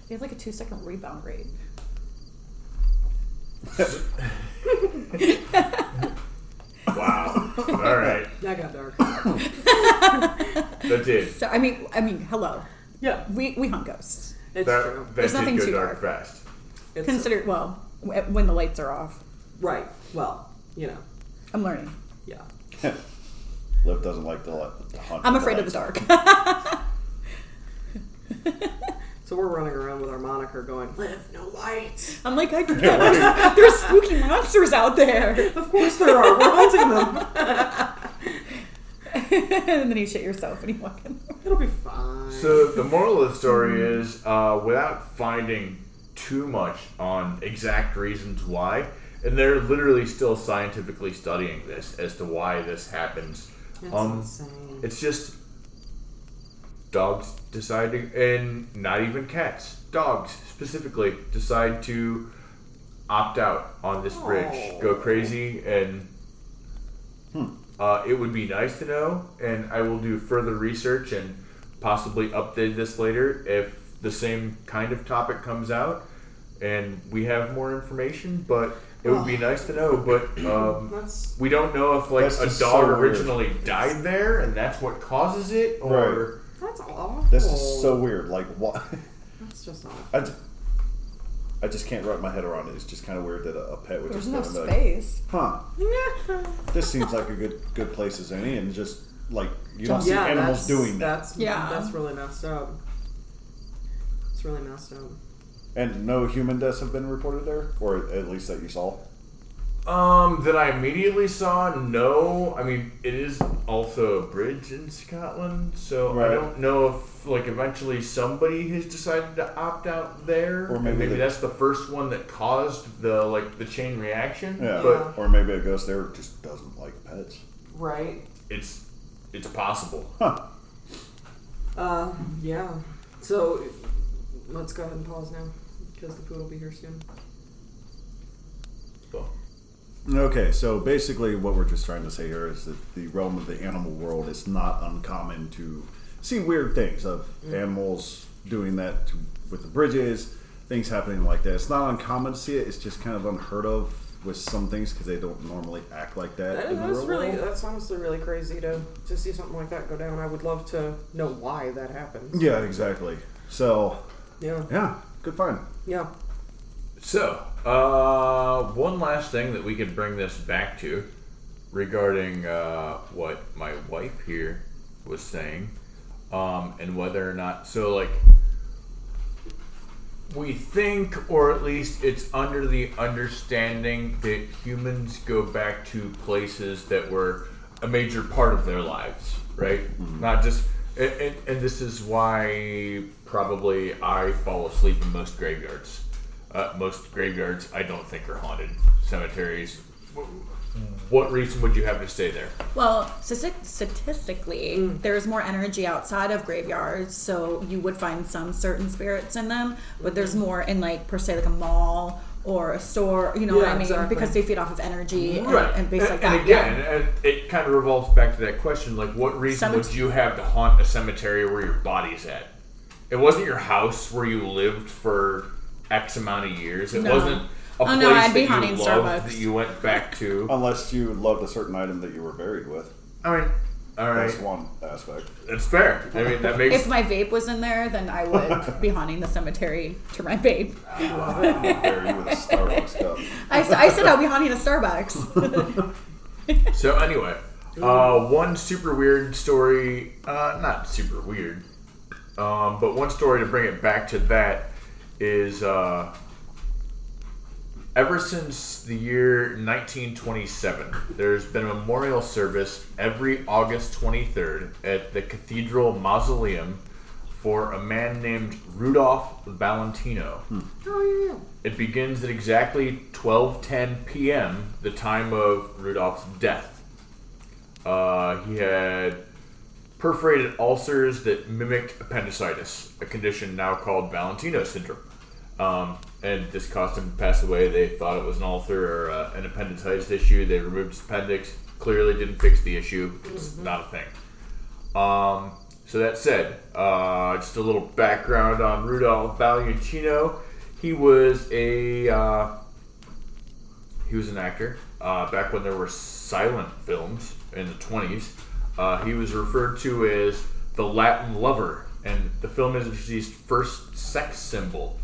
[SPEAKER 2] They have like a two second rebound rate.
[SPEAKER 4] wow. All right.
[SPEAKER 3] That got dark.
[SPEAKER 4] That did.
[SPEAKER 2] So I mean, I mean, hello.
[SPEAKER 3] yeah,
[SPEAKER 2] We we hunt ghosts.
[SPEAKER 3] it's true.
[SPEAKER 4] That, that
[SPEAKER 2] There's
[SPEAKER 4] did
[SPEAKER 2] nothing
[SPEAKER 4] go
[SPEAKER 2] too
[SPEAKER 4] dark
[SPEAKER 2] dark.
[SPEAKER 4] fast.
[SPEAKER 3] It's
[SPEAKER 2] Consider well w- when the lights are off.
[SPEAKER 3] right. Well, you know.
[SPEAKER 2] I'm learning.
[SPEAKER 3] Yeah.
[SPEAKER 1] Liv doesn't like the, light- the hunt.
[SPEAKER 2] I'm afraid of the dark.
[SPEAKER 3] So we're running around with our moniker going, "Live no light."
[SPEAKER 2] I'm like, I get that. There's, there's spooky monsters out there.
[SPEAKER 3] Of course there are. We're hunting them.
[SPEAKER 2] and then you shit yourself and you walk in.
[SPEAKER 3] It'll be fine.
[SPEAKER 4] So the moral of the story is, uh, without finding too much on exact reasons why, and they're literally still scientifically studying this as to why this happens.
[SPEAKER 3] That's
[SPEAKER 4] um,
[SPEAKER 3] insane.
[SPEAKER 4] It's just dogs deciding, and not even cats, dogs specifically decide to opt out on this bridge, go crazy, and uh, it would be nice to know. And I will do further research and possibly update this later if the same kind of topic comes out and we have more information. But it would be nice to know. But um,
[SPEAKER 3] That's
[SPEAKER 4] we don't know if like
[SPEAKER 1] That's
[SPEAKER 4] a dog
[SPEAKER 1] just so weird.
[SPEAKER 4] originally died there and that's what causes it, or
[SPEAKER 1] Right.
[SPEAKER 3] that's awful.
[SPEAKER 2] Oh.
[SPEAKER 1] That's just so weird. Like, why?
[SPEAKER 3] That's It's just not.
[SPEAKER 1] I, j- I just can't wrap my head around it. It's just kind of weird that a, a pet would
[SPEAKER 2] There's
[SPEAKER 1] just
[SPEAKER 2] no
[SPEAKER 1] go and be like,
[SPEAKER 2] space.
[SPEAKER 1] huh? This seems like a good good place as any, and just like you don't
[SPEAKER 2] Just-
[SPEAKER 1] see
[SPEAKER 3] yeah,
[SPEAKER 1] animals
[SPEAKER 3] that's,
[SPEAKER 1] doing that,
[SPEAKER 3] That's
[SPEAKER 2] Yeah.
[SPEAKER 3] that's really messed up. It's really messed up.
[SPEAKER 1] and no human deaths have been reported there, or at least that you saw.
[SPEAKER 4] Um, that I immediately saw, no. I mean, it is also a bridge in Scotland, so
[SPEAKER 1] Right.
[SPEAKER 4] I don't know if, like, eventually somebody has decided to opt out there,
[SPEAKER 1] Or
[SPEAKER 4] or
[SPEAKER 1] maybe
[SPEAKER 4] maybe,
[SPEAKER 1] they-
[SPEAKER 4] that's the first one that caused the like the chain reaction.
[SPEAKER 1] Yeah,
[SPEAKER 4] But
[SPEAKER 1] or maybe a ghost there just doesn't like pets.
[SPEAKER 3] Right?
[SPEAKER 4] it's it's possible.
[SPEAKER 1] Huh?
[SPEAKER 3] Uh, yeah. So let's go ahead and pause now because the food will be here soon.
[SPEAKER 4] Well,
[SPEAKER 1] Okay, so basically, what we're just trying to say here is that the realm of the animal world is not uncommon to see weird things of
[SPEAKER 3] Mm.
[SPEAKER 1] animals doing that to, with the bridges, things happening like that. It's not uncommon to see it. It's just kind of unheard of with some things because they don't normally act like that.
[SPEAKER 3] That,
[SPEAKER 1] in the
[SPEAKER 3] that's
[SPEAKER 1] real
[SPEAKER 3] really
[SPEAKER 1] world.
[SPEAKER 3] that's honestly really crazy to to see something like that go down. I would love to know why that happened.
[SPEAKER 1] Yeah, exactly. So
[SPEAKER 3] Yeah.
[SPEAKER 1] yeah, good find.
[SPEAKER 3] Yeah.
[SPEAKER 4] so uh, one last thing that we could bring this back to regarding uh, what my wife here was saying, um, and whether or not so like we think, or at least it's under the understanding that humans go back to places that were a major part of their lives, right? Not just, and, and, and this is why probably I fall asleep in most graveyards. Uh, most graveyards I don't think are haunted. Cemeteries. wh- What reason would you have to stay there?
[SPEAKER 2] Well, stati- statistically, there's more energy outside of graveyards, so you would find some certain spirits in them, but there's more in, like, per se, like a mall or a store, you know what
[SPEAKER 3] Yeah,
[SPEAKER 2] I mean?
[SPEAKER 3] exactly.
[SPEAKER 2] Because they feed off of energy and,
[SPEAKER 4] right
[SPEAKER 2] and things like
[SPEAKER 4] and
[SPEAKER 2] that.
[SPEAKER 4] again and it kind of revolves back to that question like what reason would
[SPEAKER 2] Cemet-
[SPEAKER 4] you have to haunt a cemetery where your body's at it wasn't your house where you lived for x amount of years it
[SPEAKER 2] No.
[SPEAKER 4] wasn't a
[SPEAKER 2] Oh,
[SPEAKER 4] place
[SPEAKER 2] no, I'd
[SPEAKER 4] that
[SPEAKER 2] be
[SPEAKER 4] you
[SPEAKER 2] haunting
[SPEAKER 4] loved
[SPEAKER 2] Starbucks.
[SPEAKER 4] that you went back to
[SPEAKER 1] Unless you loved a certain item that you were buried with,
[SPEAKER 4] i mean all right
[SPEAKER 1] that's one aspect.
[SPEAKER 4] that's fair i mean that
[SPEAKER 2] If
[SPEAKER 4] makes
[SPEAKER 2] my vape was in there, then I would be haunting the cemetery to my vape.
[SPEAKER 1] Buried with a Starbucks cup.
[SPEAKER 2] I, s- I said I'll be haunting a Starbucks.
[SPEAKER 4] so anyway uh, one super weird story uh, not super weird um, but one story to bring it back to that is uh, ever since the year 1927, there's been a memorial service every August 23rd at the Cathedral Mausoleum for a man named Rudolph Valentino.
[SPEAKER 3] Oh,
[SPEAKER 4] It begins at exactly 12:10 p.m., the time of Rudolph's death. Uh, he had perforated ulcers that mimicked appendicitis, a condition now called Valentino syndrome. Um, and this caused him to pass away. They thought it was an ulcer or uh, an appendicitis issue. They removed his appendix. Clearly, didn't fix the issue. It's not a thing. Um, so that said, uh, just a little background on Rudolph Valentino. He was a uh, he was an actor uh, back when there were silent films in the 20s. Uh, he was referred to as the Latin lover, and the film industry's first sex symbol.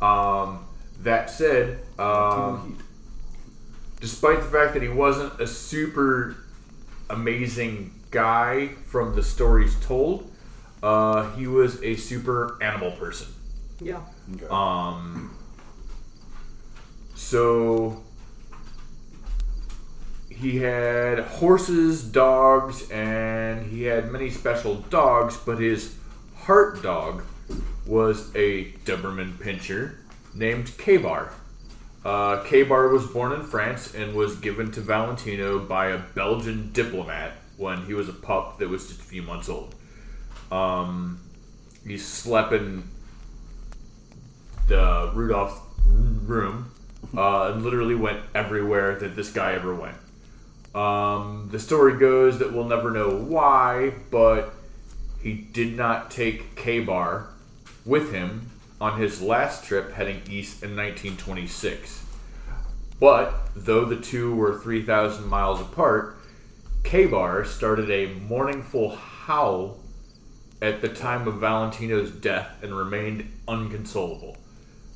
[SPEAKER 4] Um, that said, um,
[SPEAKER 1] Oh,
[SPEAKER 4] despite the fact that he wasn't a super amazing guy from the stories told, uh, he was a super animal person.
[SPEAKER 3] Yeah.
[SPEAKER 1] Okay.
[SPEAKER 4] So he had horses, dogs, and he had many special dogs, but his heart dog was a Doberman Pinscher named K-Bar. Uh, K-Bar was born in France and was given to Valentino by a Belgian diplomat when he was a pup that was just a few months old. Um, he slept in the Rudolph's room uh, and literally went everywhere that this guy ever went. Um, the story goes that we'll never know why, but he did not take K Bar with him on his last trip heading east in 1926. But though the two were 3,000 miles apart, K Bar started a mournful howl at the time of Valentino's death and remained inconsolable.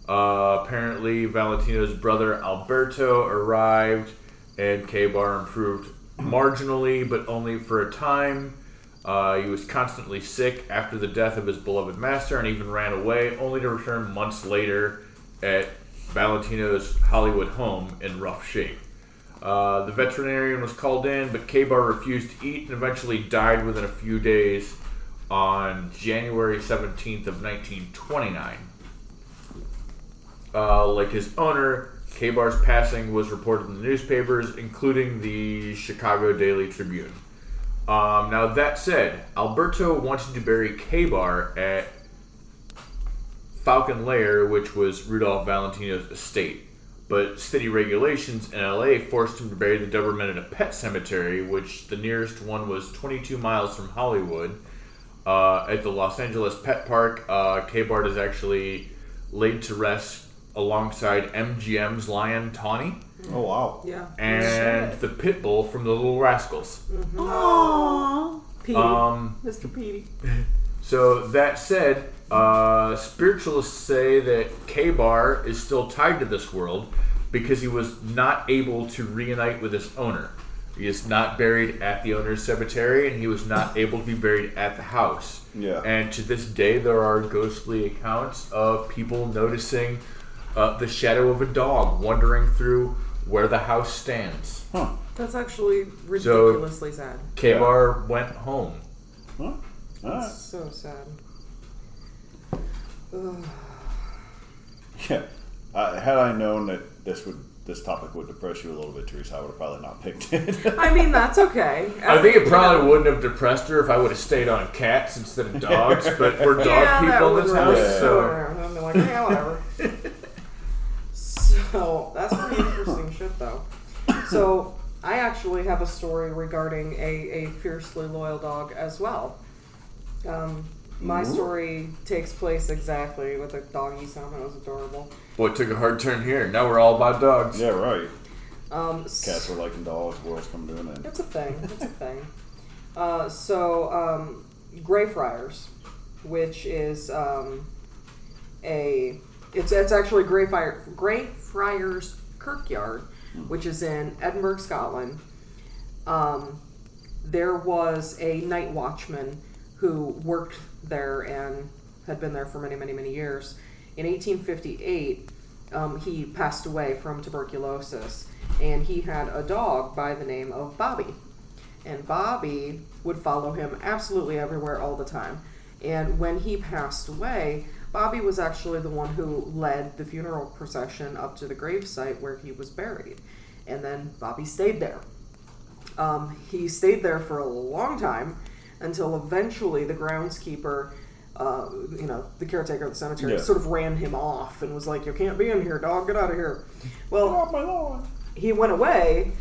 [SPEAKER 4] Uh, apparently, Valentino's brother Alberto arrived, and K-Bar improved marginally, but only for a time. Uh, he was constantly sick after the death of his beloved master, and even ran away, only to return months later at Valentino's Hollywood home in rough shape. Uh, the veterinarian was called in, but K-Bar refused to eat and eventually died within a few days on January 17th of 1929. Uh, like his owner, K-Bar's passing was reported in the newspapers, including the Chicago Daily Tribune. Um, now, that said, Alberto wanted to bury K-Bar at Falcon Lair, which was Rudolph Valentino's estate but city regulations in LA forced him to bury the Doberman in a pet cemetery, which the nearest one was 22 miles from Hollywood uh, at the Los Angeles Pet Park. Uh, K Bart is actually laid to rest alongside MGM's lion Tawny
[SPEAKER 1] Oh wow.
[SPEAKER 3] Yeah.
[SPEAKER 4] and the pit bull from the Little Rascals.
[SPEAKER 2] Aww.
[SPEAKER 3] Petey.
[SPEAKER 4] Um,
[SPEAKER 3] Mr. Petey.
[SPEAKER 4] So that said, uh, spiritualists say that K-Bar is still tied to this world because he was not able to reunite with his owner. He is not buried at the owner's cemetery, and he was not able to be buried at the house.
[SPEAKER 1] Yeah.
[SPEAKER 4] And to this day, there are ghostly accounts of people noticing uh, the shadow of a dog wandering through where the house stands.
[SPEAKER 1] Huh.
[SPEAKER 3] That's actually ridiculously sad.
[SPEAKER 4] K-Bar went home.
[SPEAKER 1] Huh? All right.
[SPEAKER 3] So sad.
[SPEAKER 1] Yeah. Uh, had I known that this would this topic would depress you a little bit, Teresa, I would have probably not picked it.
[SPEAKER 3] I mean, that's okay.
[SPEAKER 4] I think it probably wouldn't have depressed her if I would have stayed on cats instead of dogs, but we're dog
[SPEAKER 3] yeah,
[SPEAKER 4] people
[SPEAKER 3] that
[SPEAKER 4] in this
[SPEAKER 3] would
[SPEAKER 4] house,
[SPEAKER 3] really
[SPEAKER 1] Yeah.
[SPEAKER 4] so.
[SPEAKER 3] sure. I'd be like, yeah, whatever. so that's pretty interesting shit, though. So I actually have a story regarding a, a fiercely loyal dog as well. Um, my story takes place exactly with a doggy sound that was adorable.
[SPEAKER 4] Boy, it took a hard turn here. Now we're all about dogs.
[SPEAKER 1] yeah, right.
[SPEAKER 3] Um,
[SPEAKER 1] Cats are liking dogs. Worlds come to an end.
[SPEAKER 3] It's a thing. It's a thing. Uh, so, um, Greyfriars, which is um, a it's it's actually Greyfriar Greyfriars Kirkyard, which is in Edinburgh, Scotland. Um, there was a night watchman who worked there and had been there for many, many, many years. In 1858, um, he passed away from tuberculosis, and he had a dog by the name of Bobby. And Bobby would follow him absolutely everywhere all the time. And when he passed away, Bobby was actually the one who led the funeral procession up to the gravesite where he was buried. And then Bobby stayed there. Um, he stayed there for a long time until eventually the groundskeeper, uh, you know, the caretaker of the cemetery,
[SPEAKER 1] Yeah.
[SPEAKER 3] sort of ran him off and was like, "You can't be in here, dog. Get out of here." Well,
[SPEAKER 1] Oh my lord.
[SPEAKER 3] he went away,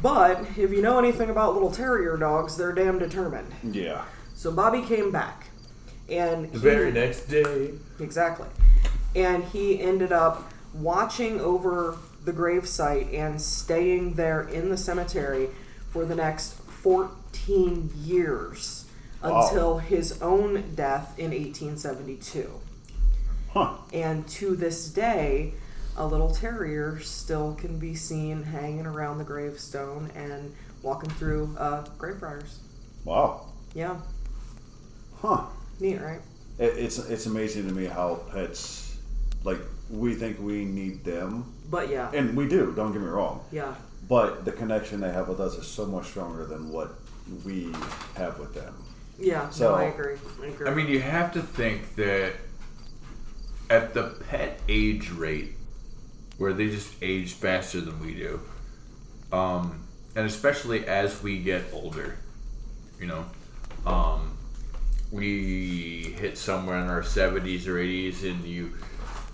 [SPEAKER 3] but if you know anything about little terrier dogs, they're damn determined.
[SPEAKER 1] Yeah.
[SPEAKER 3] So Bobby came back, and he-
[SPEAKER 4] The very next day.
[SPEAKER 3] Exactly. And he ended up watching over the gravesite and staying there in the cemetery for the next 14 years
[SPEAKER 1] Wow.
[SPEAKER 3] until his own death in 1872.
[SPEAKER 1] Huh.
[SPEAKER 3] And to this day, a little terrier still can be seen hanging around the gravestone and walking through uh, graveyards.
[SPEAKER 1] Wow.
[SPEAKER 3] Yeah,
[SPEAKER 1] Huh.
[SPEAKER 3] neat, right?
[SPEAKER 1] It, it's it's amazing to me how pets like we think we need them,
[SPEAKER 3] But yeah,
[SPEAKER 1] and we do. Don't get me wrong.
[SPEAKER 3] yeah,
[SPEAKER 1] But the connection they have with us is so much stronger than what we have with them.
[SPEAKER 3] yeah.
[SPEAKER 1] So-
[SPEAKER 3] no, I agree. I agree.
[SPEAKER 4] I mean, you have to think that at the pet age rate, where they just age faster than we do, um, and especially as we get older, you know, um, we hit somewhere in our 70s or 80s, and you,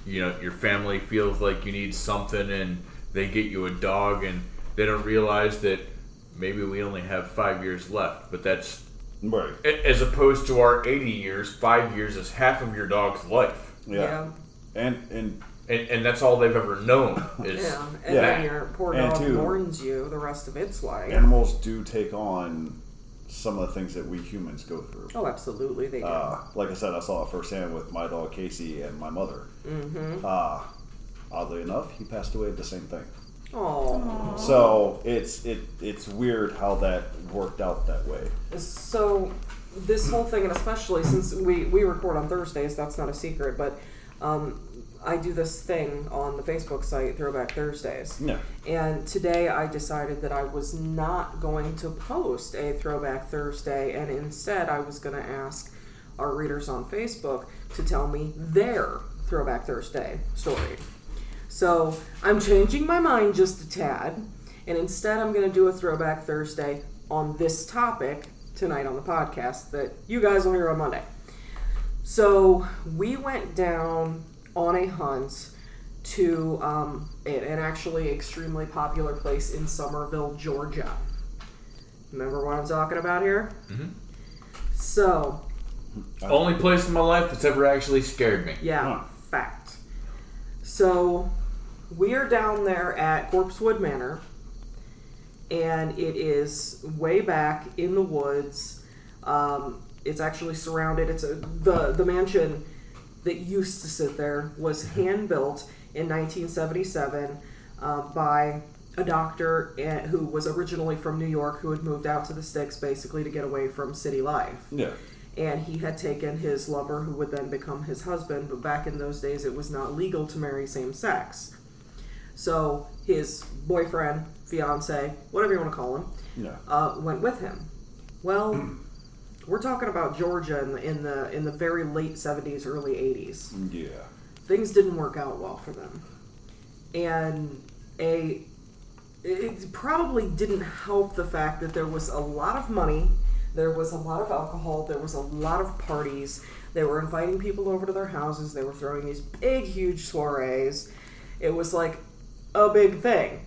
[SPEAKER 4] you know, your family feels like you need something, and they get you a dog, and they don't realize that maybe we only have five years left, but that's
[SPEAKER 1] Right.
[SPEAKER 4] a- as opposed to our 80 years, five years is half of your dog's life.
[SPEAKER 1] Yeah. And and
[SPEAKER 4] And, and that's all they've ever known is
[SPEAKER 3] Yeah, and
[SPEAKER 1] Yeah.
[SPEAKER 4] that.
[SPEAKER 3] then your poor
[SPEAKER 1] And
[SPEAKER 3] dog
[SPEAKER 1] two-
[SPEAKER 3] mourns you the rest of its life.
[SPEAKER 1] animals do take on some of the things that we humans go through.
[SPEAKER 3] Oh, absolutely, they do.
[SPEAKER 1] Uh, like I said, I saw it firsthand with my dog Casey and my mother. Mm-hmm. Uh, oddly enough, he passed away of the same thing.
[SPEAKER 3] Aw.
[SPEAKER 1] So it's it it's weird how that worked out that way.
[SPEAKER 3] So this whole thing, and especially since we we record on Thursdays, that's not a secret. But um, I do this thing on the Facebook site, Throwback Thursdays.
[SPEAKER 1] Yeah.
[SPEAKER 3] And today I decided that I was not going to post a Throwback Thursday, and instead I was going to ask our readers on Facebook to tell me their Throwback Thursday story. So I'm changing my mind just a tad, and instead I'm going to do a Throwback Thursday on this topic tonight on the podcast that you guys will hear on Monday. So we went down on a hunt to um, a- an actually extremely popular place in Somerville, Georgia. Remember what I'm talking about here? Mm-hmm. So
[SPEAKER 4] Only place in my life that's ever actually scared me.
[SPEAKER 3] yeah,
[SPEAKER 1] Huh.
[SPEAKER 3] fact. So we are down there at Corpsewood Manor, and it is way back in the woods. Um, it's actually surrounded. It's a, the the mansion that used to sit there was hand built in 1977 uh, by a doctor eh, who was originally from New York who had moved out to the sticks basically to get away from city life
[SPEAKER 1] Yeah.
[SPEAKER 3] and he had taken his lover who would then become his husband but back in those days it was not legal to marry same sex so his boyfriend fiance whatever you want to call him
[SPEAKER 1] Yeah.
[SPEAKER 3] uh, went with him well we're talking about georgia in the, in the in the very late 70s early 80s
[SPEAKER 1] Yeah.
[SPEAKER 3] things didn't work out well for them and a it probably didn't help the fact that there was a lot of money there was a lot of alcohol there was a lot of parties they were inviting people over to their houses they were throwing these big huge soirees it was like a big thing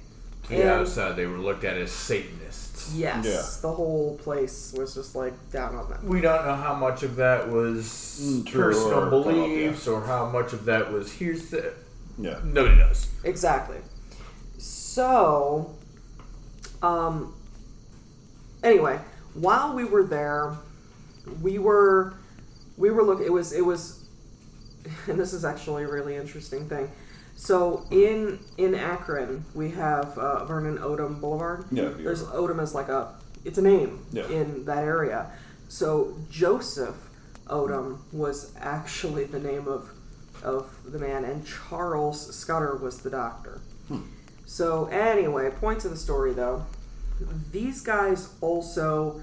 [SPEAKER 4] Yeah,
[SPEAKER 3] And-
[SPEAKER 4] outside uh, they were looked at as Satanists.
[SPEAKER 3] yes
[SPEAKER 1] Yeah.
[SPEAKER 3] the whole place was just like down on them
[SPEAKER 4] We don't know how much of that was
[SPEAKER 1] Mm, true,
[SPEAKER 4] personal
[SPEAKER 1] or come up,
[SPEAKER 4] beliefs or how much of that was hearsay.
[SPEAKER 1] Yeah.
[SPEAKER 4] Nobody knows.
[SPEAKER 3] Exactly. So, um, anyway, while we were there, we were we were looking. It was it was, and this is actually a really interesting thing. So in in Akron, we have uh, Vernon Odom Boulevard.
[SPEAKER 1] Yeah,
[SPEAKER 3] There's Odom is like a it's a name
[SPEAKER 1] Yeah.
[SPEAKER 3] in that area. So Joseph Odom was actually the name of of the man, and Charles Scudder was the doctor. So anyway, point to the story though. These guys also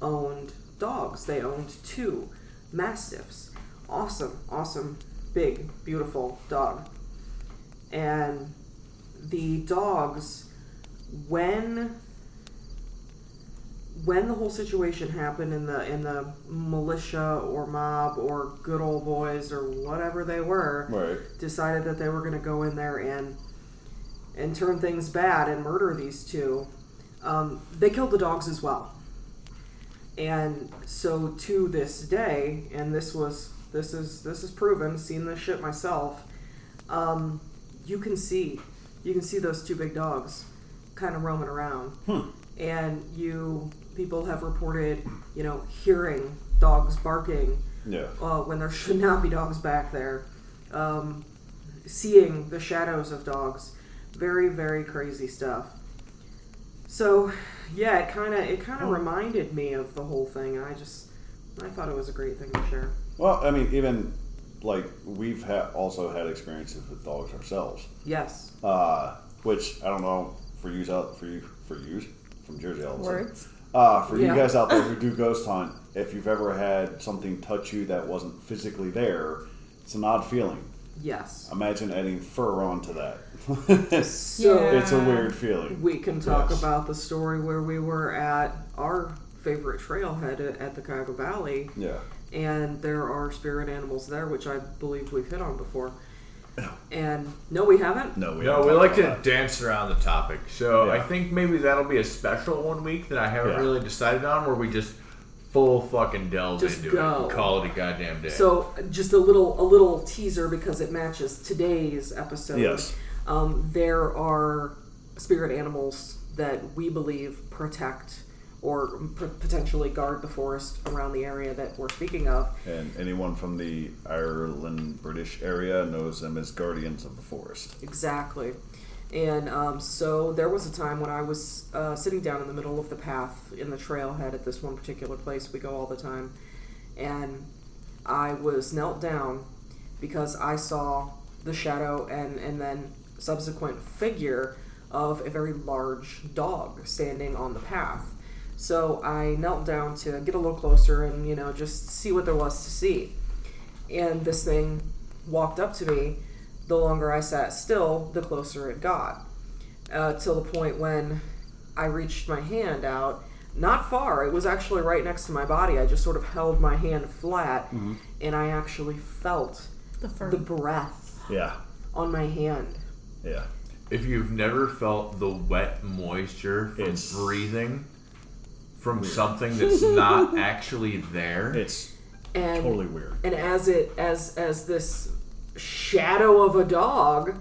[SPEAKER 3] owned dogs. They owned two mastiffs. Awesome, awesome, big, beautiful dog. And the dogs when when the whole situation happened in the in the militia or mob or good old boys or whatever they were
[SPEAKER 1] Right.
[SPEAKER 3] decided that they were going to go in there and and turn things bad and murder these two um, they killed the dogs as well and so to this day and this was this is this is proven seen this shit myself um, you can see you can see those two big dogs kind of roaming around and you people have reported you know hearing dogs barking
[SPEAKER 1] Yeah.
[SPEAKER 3] uh, when there should not be dogs back there. Um, seeing the shadows of dogs, very very crazy stuff. So, yeah, it kind of it kind of reminded me of the whole thing, and I just I thought it was a great thing to share.
[SPEAKER 1] Well, I mean, even like we've ha- also had experiences with dogs ourselves,
[SPEAKER 3] Yes,
[SPEAKER 1] uh, which I don't know for you out for you for you from Jersey. All of a sudden.
[SPEAKER 2] Words.
[SPEAKER 1] Uh, for
[SPEAKER 3] Yeah.
[SPEAKER 1] you guys out there who do ghost hunt, if you've ever had something touch you that wasn't physically there, it's an odd feeling.
[SPEAKER 3] yes.
[SPEAKER 1] Imagine adding fur onto that.
[SPEAKER 3] So
[SPEAKER 2] Yeah.
[SPEAKER 1] It's a weird feeling.
[SPEAKER 3] we can talk
[SPEAKER 1] Yes.
[SPEAKER 3] about the story where we were at our favorite trailhead at- at the Cuyahoga Valley,
[SPEAKER 1] Yeah.
[SPEAKER 3] and there are spirit animals there, which I believe we've hit on before. And no, we haven't.
[SPEAKER 1] No, we
[SPEAKER 4] No,
[SPEAKER 1] don't
[SPEAKER 4] we
[SPEAKER 1] talk
[SPEAKER 4] like
[SPEAKER 1] about
[SPEAKER 4] to dance around the topic. So
[SPEAKER 1] Yeah.
[SPEAKER 4] I think maybe that'll be a special one week that I haven't
[SPEAKER 1] Yeah.
[SPEAKER 4] really decided on where we just full fucking delve
[SPEAKER 3] Just
[SPEAKER 4] into it
[SPEAKER 3] go.
[SPEAKER 4] and call it a goddamn day.
[SPEAKER 3] So just a little a little teaser because it matches today's episode.
[SPEAKER 1] Yes.
[SPEAKER 3] Um, there are spirit animals that we believe protect or p- potentially guard the forest around the area that we're speaking of.
[SPEAKER 1] And anyone from the Ireland British area knows them as guardians of the forest.
[SPEAKER 3] Exactly. And um, so there was a time when I was uh, sitting down in the middle of the path in the trailhead at this one particular place we go all the time. And I was knelt down because I saw the shadow and, and then subsequent figure of a very large dog standing on the path. So I knelt down to get a little closer and, you know, just see what there was to see and this thing walked up to me. The longer I sat still, the closer it got, uh, till the point when I reached my hand out. Not far, it was actually right next to my body. I just sort of held my hand flat, and I actually felt
[SPEAKER 2] The fur.
[SPEAKER 3] the breath
[SPEAKER 1] Yeah,
[SPEAKER 3] on my hand.
[SPEAKER 1] yeah.
[SPEAKER 4] If you've never felt the wet moisture from
[SPEAKER 1] It's-
[SPEAKER 4] breathing from something that's not actually there,
[SPEAKER 1] It's
[SPEAKER 3] And
[SPEAKER 1] totally weird.
[SPEAKER 3] and as it as as this shadow of a dog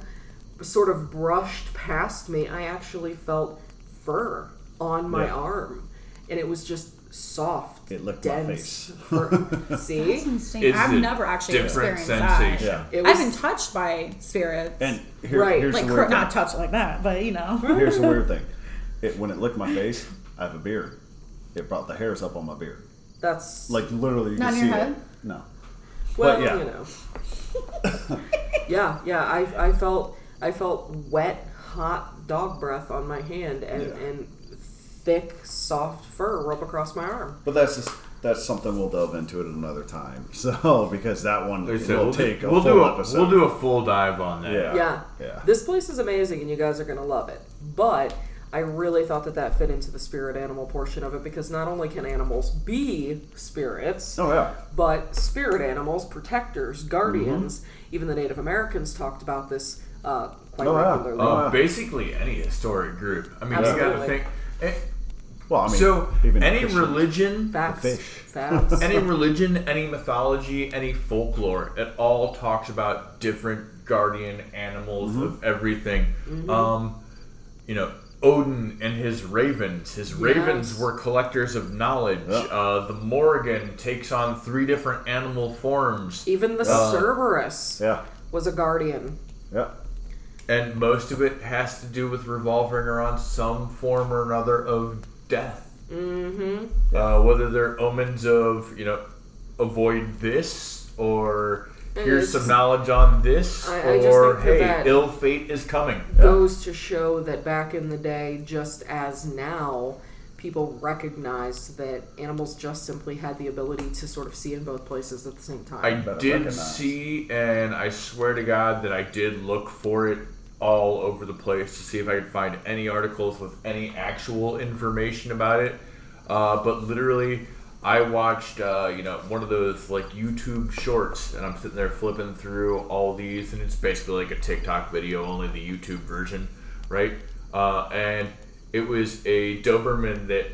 [SPEAKER 3] sort of brushed past me i actually felt fur on my
[SPEAKER 1] Yeah.
[SPEAKER 3] arm and it was just soft
[SPEAKER 1] It licked my
[SPEAKER 3] dense
[SPEAKER 1] face.
[SPEAKER 3] fur. see
[SPEAKER 2] That's insane.
[SPEAKER 4] It's
[SPEAKER 2] I've
[SPEAKER 4] a
[SPEAKER 2] never actually
[SPEAKER 4] different
[SPEAKER 2] experienced
[SPEAKER 4] sensation.
[SPEAKER 1] Yeah.
[SPEAKER 2] that.
[SPEAKER 3] it was
[SPEAKER 2] I've been touched by spirits.
[SPEAKER 1] And here,
[SPEAKER 3] Right,
[SPEAKER 1] here's
[SPEAKER 2] like,
[SPEAKER 1] the
[SPEAKER 2] cr-
[SPEAKER 1] weird
[SPEAKER 2] not
[SPEAKER 1] thing.
[SPEAKER 2] touched like that, but you know.
[SPEAKER 1] Here's the weird thing. It when it licked my face, I have a beard. It brought the hairs up on my beard.
[SPEAKER 3] that's
[SPEAKER 1] Like literally, you
[SPEAKER 2] Not
[SPEAKER 1] can
[SPEAKER 2] in
[SPEAKER 1] see
[SPEAKER 2] your
[SPEAKER 1] it.
[SPEAKER 2] head?
[SPEAKER 1] No.
[SPEAKER 3] well
[SPEAKER 1] but yeah.
[SPEAKER 3] you know yeah yeah I, I felt i felt wet hot dog breath on my hand and
[SPEAKER 1] Yeah.
[SPEAKER 3] and thick soft fur rub across my arm
[SPEAKER 1] But that's just that's something we'll delve into at another time. So because that one
[SPEAKER 4] Like I
[SPEAKER 1] will
[SPEAKER 4] said, we'll,
[SPEAKER 1] take a
[SPEAKER 4] we'll
[SPEAKER 1] full
[SPEAKER 4] do a,
[SPEAKER 1] episode.
[SPEAKER 4] We'll do a full dive on that.
[SPEAKER 1] Yeah.
[SPEAKER 3] Yeah.
[SPEAKER 1] Yeah.
[SPEAKER 3] This place is amazing and you guys are going to love it. But I really thought that that fit into the spirit animal portion of it because not only can animals be spirits,
[SPEAKER 1] oh yeah.
[SPEAKER 3] but spirit animals, protectors, guardians, even the Native Americans talked about this uh, quite
[SPEAKER 1] Mm-hmm. Oh, yeah.
[SPEAKER 3] regularly.
[SPEAKER 4] Uh,
[SPEAKER 1] Oh, wow.
[SPEAKER 4] Basically, any historic group. I mean, you got to
[SPEAKER 3] Absolutely.
[SPEAKER 4] think. eh,
[SPEAKER 1] Well, I mean,
[SPEAKER 4] so,
[SPEAKER 1] even
[SPEAKER 4] any
[SPEAKER 1] Christian-
[SPEAKER 4] religion,
[SPEAKER 3] Facts.
[SPEAKER 1] fish.
[SPEAKER 3] Facts.
[SPEAKER 4] any religion, any mythology, any folklore, it all talks about different guardian animals
[SPEAKER 3] Mm-hmm.
[SPEAKER 4] of everything. Um, you know, Odin and his ravens. His ravens
[SPEAKER 3] Yes.
[SPEAKER 4] were collectors of knowledge.
[SPEAKER 1] Yeah.
[SPEAKER 4] Uh, the Morrigan takes on three different animal forms,
[SPEAKER 3] even the Cerberus
[SPEAKER 1] Uh, Yeah.
[SPEAKER 3] was a guardian.
[SPEAKER 1] Yeah.
[SPEAKER 4] and most of it has to do with revolving around some form or another of death. Mm-hmm. Uh, whether they're omens of you know, avoid this or. Here's
[SPEAKER 3] it's-
[SPEAKER 4] some knowledge on this,
[SPEAKER 3] I- I just
[SPEAKER 4] or
[SPEAKER 3] think
[SPEAKER 4] hey,
[SPEAKER 3] that that-
[SPEAKER 4] ill fate is coming.
[SPEAKER 3] goes to show that back in the day, just as now, people recognized that animals just simply had the ability to sort of see in both places at the same
[SPEAKER 4] I
[SPEAKER 3] time.
[SPEAKER 1] Better
[SPEAKER 4] did
[SPEAKER 1] recognize.
[SPEAKER 4] see, and I swear to God that I did look for it all over the place to see if I could find any articles with any actual information about it. Uh, but literally, I watched uh, you know one of those like YouTube shorts, and I'm sitting there flipping through all these, and it's basically like a TikTok video, only the YouTube version, right? Uh, and it was a Doberman that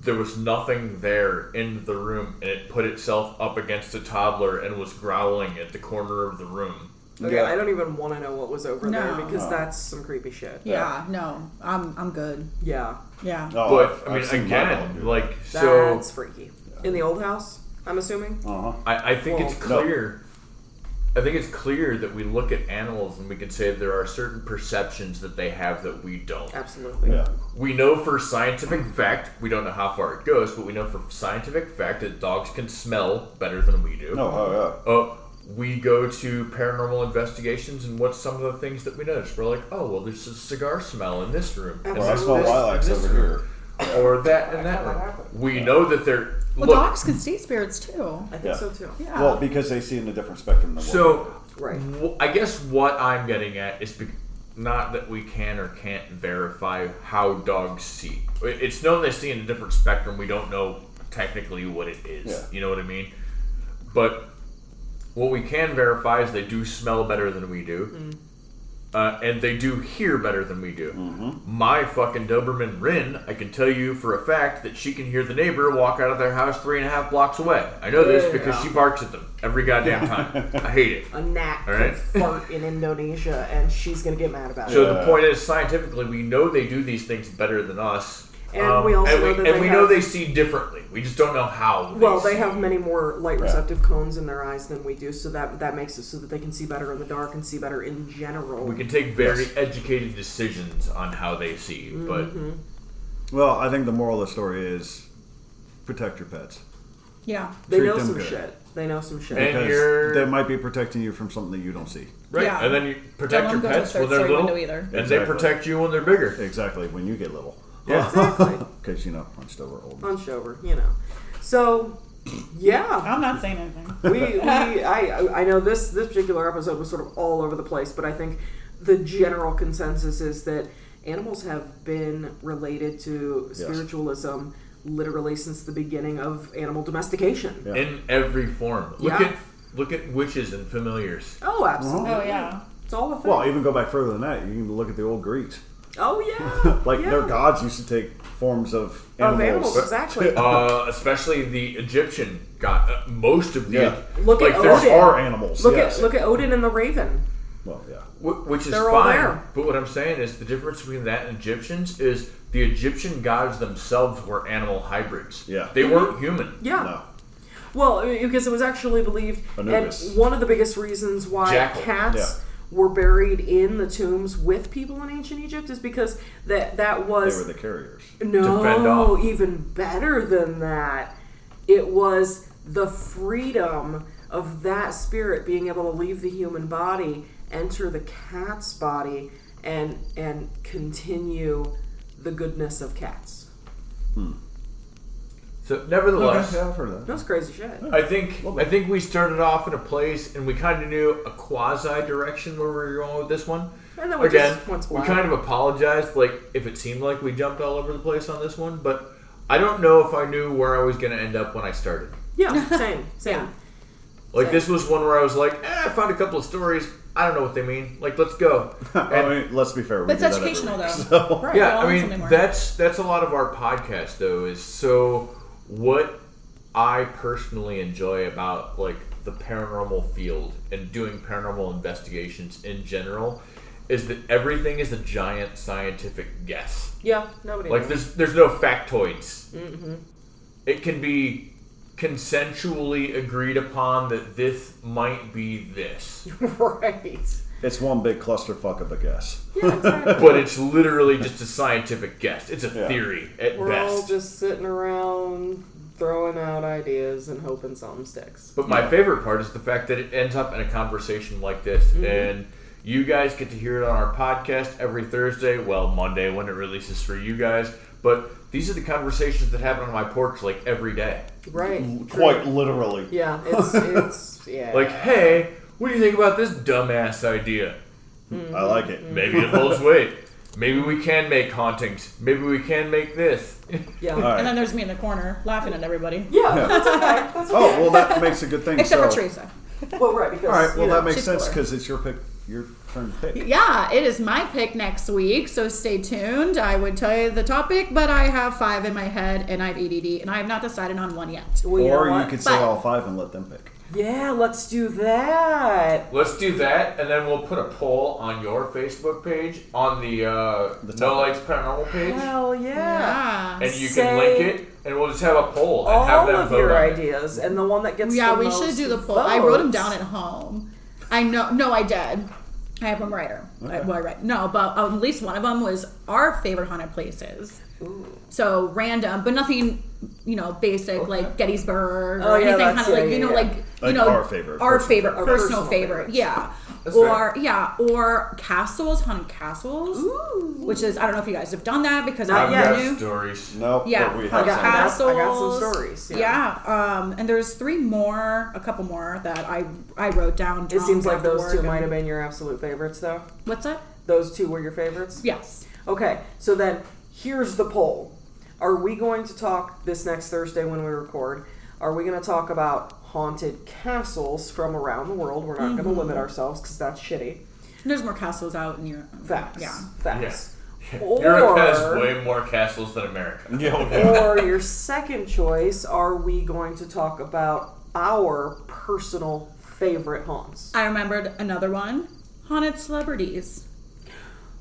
[SPEAKER 4] there was nothing there in the room, and it put itself up against a toddler and was growling at the corner of the room.
[SPEAKER 3] okay,
[SPEAKER 1] Yeah.
[SPEAKER 3] I don't even want to know what was over
[SPEAKER 2] No.
[SPEAKER 3] there because that's some creepy shit.
[SPEAKER 2] Yeah, no, I'm I'm good.
[SPEAKER 3] Yeah,
[SPEAKER 2] Yeah.
[SPEAKER 1] Oh,
[SPEAKER 4] but
[SPEAKER 1] I've-
[SPEAKER 4] i
[SPEAKER 1] I've seen
[SPEAKER 4] mean,
[SPEAKER 1] my
[SPEAKER 4] again,
[SPEAKER 1] dog
[SPEAKER 4] like so, Oh.
[SPEAKER 3] that's freaky. In the old house, I'm assuming.
[SPEAKER 1] do it. Uh-huh.
[SPEAKER 4] I, I think it's
[SPEAKER 1] Well, no.
[SPEAKER 4] clear. I think it's clear that we look at animals and we can say there are certain perceptions that they have that we don't.
[SPEAKER 3] Absolutely.
[SPEAKER 1] Yeah.
[SPEAKER 4] We know for scientific fact, we don't know how far it goes, but we know for scientific fact that dogs can smell better than we do.
[SPEAKER 1] No. Oh
[SPEAKER 4] Uh, we go to paranormal investigations, and what's some of the things that we notice? We're like, oh, well, there's a cigar smell in this room. and
[SPEAKER 1] yeah. Well, I
[SPEAKER 4] there's
[SPEAKER 1] smell
[SPEAKER 4] this,
[SPEAKER 1] lilacs
[SPEAKER 4] and this
[SPEAKER 1] over here.
[SPEAKER 4] room, Or that and that room. We know that they're.
[SPEAKER 2] Well,
[SPEAKER 4] look,
[SPEAKER 2] dogs can see spirits too.
[SPEAKER 3] I think
[SPEAKER 1] Yeah.
[SPEAKER 3] so too.
[SPEAKER 2] Yeah.
[SPEAKER 1] Well, because they see in a different spectrum than what we do.
[SPEAKER 4] Ah. So,
[SPEAKER 3] Right.
[SPEAKER 4] wh- I guess what I'm getting at is bec not that we can or can't verify how dogs see. I- It's known they see in a different spectrum. We don't know technically what it is.
[SPEAKER 1] Yeah.
[SPEAKER 4] You know what I mean? But what we can verify is they do smell better than we do.
[SPEAKER 3] Mm.
[SPEAKER 4] Uh, and they do hear better than we do. My fucking Doberman Rin, I can tell you for a fact that she can hear the neighbor walk out of their house three and a half blocks away. I know this because
[SPEAKER 3] Yeah.
[SPEAKER 4] she barks at them every goddamn time. I hate it.
[SPEAKER 3] A gnat
[SPEAKER 4] All
[SPEAKER 3] can
[SPEAKER 4] right.
[SPEAKER 3] fart in Indonesia, and she's gonna get mad about
[SPEAKER 4] So
[SPEAKER 3] it.
[SPEAKER 4] the point is, scientifically, we know they do these things better than us.
[SPEAKER 3] and
[SPEAKER 4] Um,
[SPEAKER 3] we also
[SPEAKER 4] and
[SPEAKER 3] know
[SPEAKER 4] we,
[SPEAKER 3] that
[SPEAKER 4] and
[SPEAKER 3] they
[SPEAKER 4] we
[SPEAKER 3] have,
[SPEAKER 4] know they see differently. We just don't know how.
[SPEAKER 3] well, they
[SPEAKER 4] see.
[SPEAKER 3] have many more light
[SPEAKER 1] Yeah.
[SPEAKER 3] receptive cones in their eyes than we do, so that that makes it so that they can see better in the dark and see better in general.
[SPEAKER 4] We can take very
[SPEAKER 1] Yes.
[SPEAKER 4] educated decisions on how they see,
[SPEAKER 3] Mm-hmm.
[SPEAKER 4] but
[SPEAKER 1] Well, I think the moral of the story is protect your pets.
[SPEAKER 2] Yeah.
[SPEAKER 3] they
[SPEAKER 1] treat
[SPEAKER 3] know
[SPEAKER 1] them
[SPEAKER 3] some
[SPEAKER 1] good.
[SPEAKER 3] shit. They know some shit.
[SPEAKER 4] And
[SPEAKER 1] Because
[SPEAKER 4] you're-
[SPEAKER 1] they might be protecting you from something that you don't see.
[SPEAKER 4] right,
[SPEAKER 2] Yeah.
[SPEAKER 4] and then you protect
[SPEAKER 2] Don't
[SPEAKER 4] your
[SPEAKER 2] let 'em go to
[SPEAKER 4] pets
[SPEAKER 2] the
[SPEAKER 4] when they're
[SPEAKER 2] third story
[SPEAKER 4] little,
[SPEAKER 2] window either.
[SPEAKER 4] and they
[SPEAKER 1] Exactly.
[SPEAKER 4] protect you when they're bigger.
[SPEAKER 1] Exactly, when you get little.
[SPEAKER 4] Yeah.
[SPEAKER 3] exactly.
[SPEAKER 1] Because, you know, hunched over old.
[SPEAKER 3] Hunch over, you know. So, yeah,
[SPEAKER 2] I'm not saying anything.
[SPEAKER 3] we, we I I know this this particular episode was sort of all over the place, but I think the general consensus is that animals have been related to spiritualism literally since the beginning of animal domestication.
[SPEAKER 1] Yeah.
[SPEAKER 4] in every form. Look
[SPEAKER 3] Yeah.
[SPEAKER 4] at look at witches and familiars.
[SPEAKER 3] Oh, absolutely.
[SPEAKER 2] Oh yeah.
[SPEAKER 3] It's all a thing.
[SPEAKER 1] Well, even go back further than that, you can look at the old Greeks.
[SPEAKER 3] oh yeah.
[SPEAKER 1] like,
[SPEAKER 3] yeah.
[SPEAKER 1] their gods used to take forms of
[SPEAKER 3] Of
[SPEAKER 1] animals.
[SPEAKER 3] animals, exactly.
[SPEAKER 4] Uh, especially the Egyptian god. Uh, most of the
[SPEAKER 1] Yeah.
[SPEAKER 3] Look
[SPEAKER 4] like
[SPEAKER 3] at
[SPEAKER 4] there's
[SPEAKER 3] Odin.
[SPEAKER 1] Are animals.
[SPEAKER 3] look
[SPEAKER 1] yes.
[SPEAKER 3] at look at Odin and the Raven.
[SPEAKER 1] Well, yeah.
[SPEAKER 4] Wh- Which is
[SPEAKER 3] They're all
[SPEAKER 4] fine,
[SPEAKER 3] there.
[SPEAKER 4] but what I'm saying is the difference between that and Egyptians is the Egyptian gods themselves were animal hybrids.
[SPEAKER 1] Yeah.
[SPEAKER 4] they weren't human.
[SPEAKER 3] Yeah.
[SPEAKER 1] No.
[SPEAKER 3] Well, I mean, because it was actually believed,
[SPEAKER 1] Anubis.
[SPEAKER 3] and one of the biggest reasons why
[SPEAKER 4] Jackal.
[SPEAKER 3] cats were buried in the tombs with people in ancient Egypt is because that that
[SPEAKER 1] They
[SPEAKER 3] was
[SPEAKER 1] were the carriers.
[SPEAKER 3] no
[SPEAKER 4] To fend off.
[SPEAKER 3] even better than that. It was the freedom of that spirit being able to leave the human body, enter the cat's body, and and continue the goodness of cats.
[SPEAKER 4] So nevertheless,
[SPEAKER 1] Okay, yeah, I've heard of that.
[SPEAKER 3] That's crazy shit.
[SPEAKER 4] I think I think we started off in a place and we kind of knew a quasi direction where we were going with this one.
[SPEAKER 3] And then we
[SPEAKER 4] Again,
[SPEAKER 3] just went
[SPEAKER 4] we
[SPEAKER 3] wild.
[SPEAKER 4] kind of apologized, like if it seemed like we jumped all over the place on this one, but I don't know if I knew where I was going to end up when I started.
[SPEAKER 3] Yeah, same, same.
[SPEAKER 2] Yeah.
[SPEAKER 4] Like
[SPEAKER 3] Same.
[SPEAKER 4] this was one where I was like, eh, I found a couple of stories. I don't know what they mean. Like, let's go.
[SPEAKER 1] I mean, let's be fair. we
[SPEAKER 2] But it's
[SPEAKER 1] do that every
[SPEAKER 2] educational,
[SPEAKER 1] week,
[SPEAKER 2] though.
[SPEAKER 1] so-
[SPEAKER 2] Right.
[SPEAKER 4] yeah,
[SPEAKER 2] we're all
[SPEAKER 4] I
[SPEAKER 2] on
[SPEAKER 4] mean
[SPEAKER 2] something more.
[SPEAKER 4] that's that's a lot of our podcast though is so what I personally enjoy about like the paranormal field and doing paranormal investigations in general is that everything is a giant scientific guess.
[SPEAKER 3] Yeah, nobody.
[SPEAKER 4] Like
[SPEAKER 3] knows.
[SPEAKER 4] there's there's no factoids. It can be consensually agreed upon that this might be this,
[SPEAKER 3] right.
[SPEAKER 1] It's one big clusterfuck of a guess.
[SPEAKER 3] Yeah, exactly.
[SPEAKER 4] but it's literally just a scientific guess. It's a
[SPEAKER 1] Yeah.
[SPEAKER 4] theory at
[SPEAKER 3] We're
[SPEAKER 4] best.
[SPEAKER 3] all just sitting around throwing out ideas and hoping something sticks.
[SPEAKER 4] But my favorite part is the fact that it ends up in a conversation like this,
[SPEAKER 1] Mm-hmm.
[SPEAKER 4] and you guys get to hear it on our podcast every Thursday. Well, Monday when it releases for you guys. But these are the conversations that happen on my porch like every day.
[SPEAKER 3] Right.
[SPEAKER 1] Quite
[SPEAKER 3] True.
[SPEAKER 1] literally.
[SPEAKER 3] Yeah, it's it's yeah.
[SPEAKER 4] Like, hey, what do you think about this dumbass idea?
[SPEAKER 1] I like it.
[SPEAKER 4] Maybe it holds weight. Maybe we can make hauntings. Maybe we can make this.
[SPEAKER 3] yeah.
[SPEAKER 1] All right.
[SPEAKER 2] And then there's me in the corner laughing at everybody.
[SPEAKER 3] yeah, that's okay. That's okay.
[SPEAKER 1] Oh well, that makes a good thing.
[SPEAKER 2] Except
[SPEAKER 1] so.
[SPEAKER 2] for Teresa.
[SPEAKER 3] Well, right, because
[SPEAKER 1] All right, well
[SPEAKER 3] you know,
[SPEAKER 1] that makes
[SPEAKER 2] she's
[SPEAKER 1] sense
[SPEAKER 2] four.
[SPEAKER 1] because it's your pick, your turn to pick.
[SPEAKER 2] Yeah, it is my pick next week, so stay tuned. I would tell you the topic, but I have five in my head and I have ADD, and I have not decided on one yet.
[SPEAKER 3] well, you know
[SPEAKER 1] or you
[SPEAKER 3] what?
[SPEAKER 1] could say
[SPEAKER 2] But-
[SPEAKER 1] all five and let them pick.
[SPEAKER 3] Yeah, let's do that.
[SPEAKER 4] Let's do that, and then we'll put a poll on your Facebook page, on the, uh,
[SPEAKER 1] The
[SPEAKER 4] No
[SPEAKER 1] topic. Ah.
[SPEAKER 4] Lights Paranormal page.
[SPEAKER 3] Hell yeah.
[SPEAKER 2] Yeah.
[SPEAKER 4] and you can
[SPEAKER 3] Say
[SPEAKER 4] link it, and we'll just have a poll and have
[SPEAKER 3] All
[SPEAKER 4] them
[SPEAKER 3] of
[SPEAKER 4] vote.
[SPEAKER 3] your
[SPEAKER 4] on it.
[SPEAKER 3] ideas and the one that gets
[SPEAKER 2] Yeah,
[SPEAKER 3] the
[SPEAKER 2] we
[SPEAKER 3] most
[SPEAKER 2] should do the poll. I wrote them down
[SPEAKER 3] votes.
[SPEAKER 2] at home. I know. No, I did. I have them writer. I, well, I write. No, but at least one of them was our favorite haunted places. So random, but nothing, you know, basic like Gettysburg
[SPEAKER 3] Oh,
[SPEAKER 2] or
[SPEAKER 3] yeah,
[SPEAKER 2] anything
[SPEAKER 3] that's-
[SPEAKER 2] kind of like
[SPEAKER 3] yeah,
[SPEAKER 2] you know,
[SPEAKER 3] yeah,
[SPEAKER 2] like
[SPEAKER 3] yeah.
[SPEAKER 2] you
[SPEAKER 1] Like
[SPEAKER 2] know,
[SPEAKER 1] our favorite,
[SPEAKER 2] our
[SPEAKER 1] personal
[SPEAKER 2] favorite,
[SPEAKER 3] favorite.
[SPEAKER 2] personal
[SPEAKER 3] Personal
[SPEAKER 2] favorite, yeah.
[SPEAKER 4] That's
[SPEAKER 2] or yeah, or castles, haunted castles,
[SPEAKER 3] Ooh.
[SPEAKER 2] which is I don't know if you guys have done that because
[SPEAKER 3] Not
[SPEAKER 2] I'm
[SPEAKER 4] I've
[SPEAKER 3] yet.
[SPEAKER 4] got
[SPEAKER 2] new.
[SPEAKER 4] stories.
[SPEAKER 1] No, but
[SPEAKER 2] Yeah,
[SPEAKER 1] we
[SPEAKER 2] I,
[SPEAKER 1] have
[SPEAKER 2] got
[SPEAKER 1] some.
[SPEAKER 2] castles.
[SPEAKER 3] I got some stories, yeah.
[SPEAKER 2] Yeah. um, and there's three more, a couple more that I I wrote down.
[SPEAKER 3] It seems like
[SPEAKER 2] after
[SPEAKER 3] those
[SPEAKER 2] work
[SPEAKER 3] two
[SPEAKER 2] and-
[SPEAKER 3] might have been your absolute favorites, though.
[SPEAKER 2] What's that?
[SPEAKER 3] Those two were your favorites?
[SPEAKER 2] Yes.
[SPEAKER 3] Okay, so then here's the poll. Are we going to talk this next Thursday when we record? Are we going to talk about haunted castles from around the world? We're not
[SPEAKER 2] Mm-hmm.
[SPEAKER 3] going to limit ourselves because that's shitty.
[SPEAKER 2] There's more castles out in Europe.
[SPEAKER 3] Facts.
[SPEAKER 2] Yeah.
[SPEAKER 3] Facts.
[SPEAKER 4] Europe has
[SPEAKER 3] Or,
[SPEAKER 4] way more castles than America.
[SPEAKER 1] Yeah, okay.
[SPEAKER 3] or your second choice, are we going to talk about our personal favorite haunts?
[SPEAKER 2] I remembered another one. Haunted celebrities.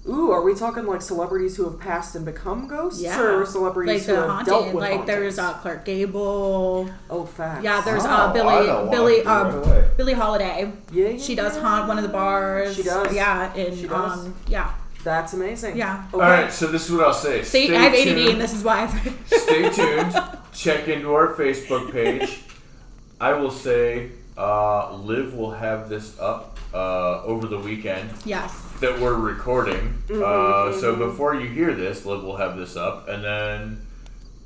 [SPEAKER 3] Ooh, are we talking like celebrities who have passed and become ghosts,
[SPEAKER 2] Yeah.
[SPEAKER 3] or celebrities
[SPEAKER 2] like the
[SPEAKER 3] who have dealt
[SPEAKER 2] haunted.
[SPEAKER 3] with
[SPEAKER 2] Like there's uh,
[SPEAKER 3] hauntings?
[SPEAKER 2] Clark Gable.
[SPEAKER 3] oh facts.
[SPEAKER 2] Yeah, there's
[SPEAKER 1] Oh,
[SPEAKER 2] uh,
[SPEAKER 1] I know
[SPEAKER 2] Billy
[SPEAKER 1] one I
[SPEAKER 2] Billy
[SPEAKER 1] do
[SPEAKER 2] uh,
[SPEAKER 1] right away.
[SPEAKER 2] Billie Holiday.
[SPEAKER 3] Yeah, yeah,
[SPEAKER 2] she does
[SPEAKER 3] yeah.
[SPEAKER 2] haunt one of the bars.
[SPEAKER 3] She does.
[SPEAKER 2] Yeah, and
[SPEAKER 3] She does.
[SPEAKER 2] um, yeah.
[SPEAKER 3] that's amazing.
[SPEAKER 2] Yeah.
[SPEAKER 3] Okay.
[SPEAKER 4] All right, so this is what I'll say.
[SPEAKER 2] See,
[SPEAKER 4] Stay
[SPEAKER 2] I have ADD,
[SPEAKER 4] tuned.
[SPEAKER 2] and this is why. I've
[SPEAKER 4] Stay tuned. Check into our Facebook page. I will say, uh, Liv will have this up uh, over the weekend
[SPEAKER 2] yes.
[SPEAKER 4] that we're recording. Uh, so before you hear this, Liv will have this up, and then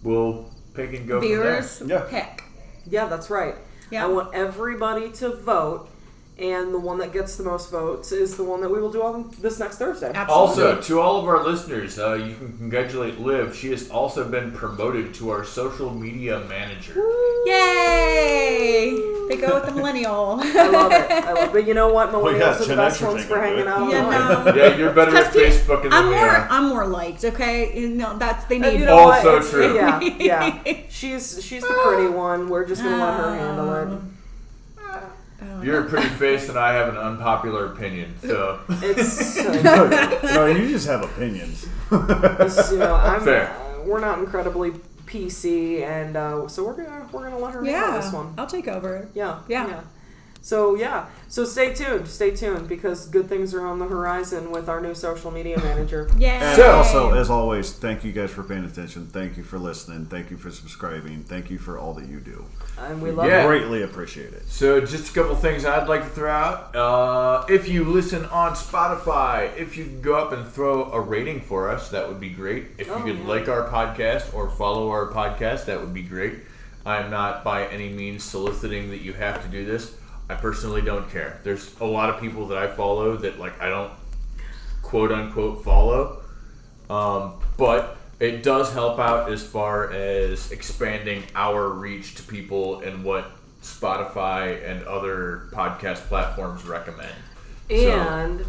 [SPEAKER 4] we'll pick and go
[SPEAKER 2] Viewers
[SPEAKER 1] Yeah.
[SPEAKER 2] pick.
[SPEAKER 3] Yeah, that's right.
[SPEAKER 2] Yeah.
[SPEAKER 3] I want everybody to vote, and the one that gets the most votes is the one that we will do on this next Thursday.
[SPEAKER 4] from there. Also, to all of our listeners, uh, you can congratulate Liv. She has also been promoted to our social media manager.
[SPEAKER 2] Yay! They go with the millennial.
[SPEAKER 3] I love it. I love it. But you know what? Millennials
[SPEAKER 1] yeah,
[SPEAKER 3] are the
[SPEAKER 1] Gen
[SPEAKER 3] best
[SPEAKER 1] Xers
[SPEAKER 3] ones
[SPEAKER 1] ain't
[SPEAKER 3] for
[SPEAKER 1] gonna do
[SPEAKER 3] hanging
[SPEAKER 1] it.
[SPEAKER 3] out.
[SPEAKER 2] Yeah,
[SPEAKER 3] online.
[SPEAKER 2] no.
[SPEAKER 4] Yeah, you're better at
[SPEAKER 2] Because pe-
[SPEAKER 4] Facebook than
[SPEAKER 2] I'm
[SPEAKER 4] we
[SPEAKER 2] more,
[SPEAKER 4] are.
[SPEAKER 2] I'm more liked. Okay, no, that's they
[SPEAKER 3] And
[SPEAKER 2] need.
[SPEAKER 3] you know what?
[SPEAKER 4] Also
[SPEAKER 3] It's-
[SPEAKER 4] true.
[SPEAKER 3] Yeah, yeah. She's she's the pretty one. We're just gonna let her handle
[SPEAKER 2] Um.
[SPEAKER 4] You're a pretty face, and I have an unpopular opinion. So
[SPEAKER 3] it. It's so,
[SPEAKER 1] no, no, you just have opinions.
[SPEAKER 3] it's, you know I'm
[SPEAKER 4] Fair.
[SPEAKER 3] uh, we're not incredibly PC, and uh, so we're gonna we're gonna let her handle this
[SPEAKER 2] yeah,
[SPEAKER 3] one.
[SPEAKER 2] I'll take over.
[SPEAKER 3] Yeah,
[SPEAKER 2] Yeah.
[SPEAKER 3] So yeah, so stay tuned, stay tuned because good things are on the horizon with our new social media manager.
[SPEAKER 2] Yeah.
[SPEAKER 1] And also,
[SPEAKER 4] uh,
[SPEAKER 1] as always, thank you guys for paying attention. Thank you for listening. Thank you for subscribing. Thank you for all that you do.
[SPEAKER 3] And we love
[SPEAKER 4] Yeah.
[SPEAKER 3] it.
[SPEAKER 1] Greatly appreciate it.
[SPEAKER 4] So, just a couple things I'd like to throw out. Uh, if you listen on Spotify, if you could go up and throw a rating for us, that would be great. If
[SPEAKER 3] Oh,
[SPEAKER 4] you could
[SPEAKER 3] yeah.
[SPEAKER 4] like our podcast or follow our podcast, that would be great. I am not by any means soliciting that you have to do this. I personally don't care. There's a lot of people that I follow that like I don't quote unquote follow. Um, but it does help out as far as expanding our reach to people and what Spotify and other podcast platforms recommend.
[SPEAKER 3] And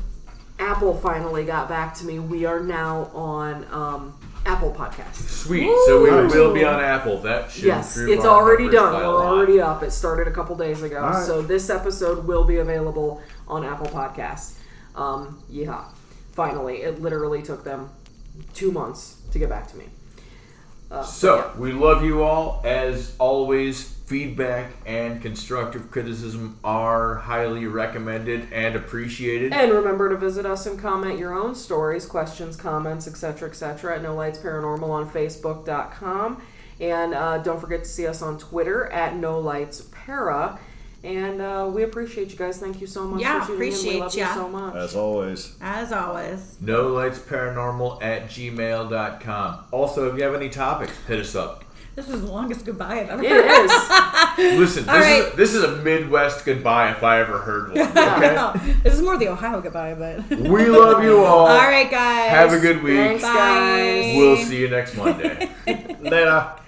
[SPEAKER 3] Apple finally got back to me. We are now on um, Apple Podcasts.
[SPEAKER 4] Sweet. So we
[SPEAKER 1] Woo!
[SPEAKER 4] will be on Apple. That should
[SPEAKER 3] Yes,
[SPEAKER 4] improve
[SPEAKER 3] it's
[SPEAKER 4] our
[SPEAKER 3] already
[SPEAKER 4] numbers
[SPEAKER 3] done.
[SPEAKER 4] by
[SPEAKER 3] We're
[SPEAKER 4] a lot.
[SPEAKER 3] already up. It started a couple days ago.
[SPEAKER 1] right.
[SPEAKER 3] So this episode will be available on Apple Podcasts. Um, yeehaw. Finally, it literally took them two months to get back to me.
[SPEAKER 4] So we love you all. As always, feedback and constructive criticism are highly recommended and appreciated.
[SPEAKER 3] And remember to visit us and comment your own stories, questions, comments, etc., etc. at No Lights Paranormal on Facebook.com. And uh, don't forget to see us on Twitter at No Lights Para. And uh, we appreciate you guys. Thank you so much.
[SPEAKER 2] Yeah,
[SPEAKER 3] for tuning in.
[SPEAKER 2] appreciate
[SPEAKER 3] we love
[SPEAKER 2] ya.
[SPEAKER 3] you so much.
[SPEAKER 1] As always,
[SPEAKER 2] as always.
[SPEAKER 4] No lights paranormal at gmail.com. Also, if you have any topics, hit us up.
[SPEAKER 2] This is the longest goodbye I've ever.
[SPEAKER 3] it is.
[SPEAKER 4] Listen, this,
[SPEAKER 2] All
[SPEAKER 4] is,
[SPEAKER 2] right.
[SPEAKER 4] this is a Midwest goodbye if I ever heard one. Okay?
[SPEAKER 2] this is more the Ohio goodbye, but.
[SPEAKER 4] we love you all.
[SPEAKER 2] All right, guys.
[SPEAKER 4] Have a good week.
[SPEAKER 3] Thanks,
[SPEAKER 2] Bye.
[SPEAKER 3] guys.
[SPEAKER 4] We'll see you next Monday.
[SPEAKER 1] later.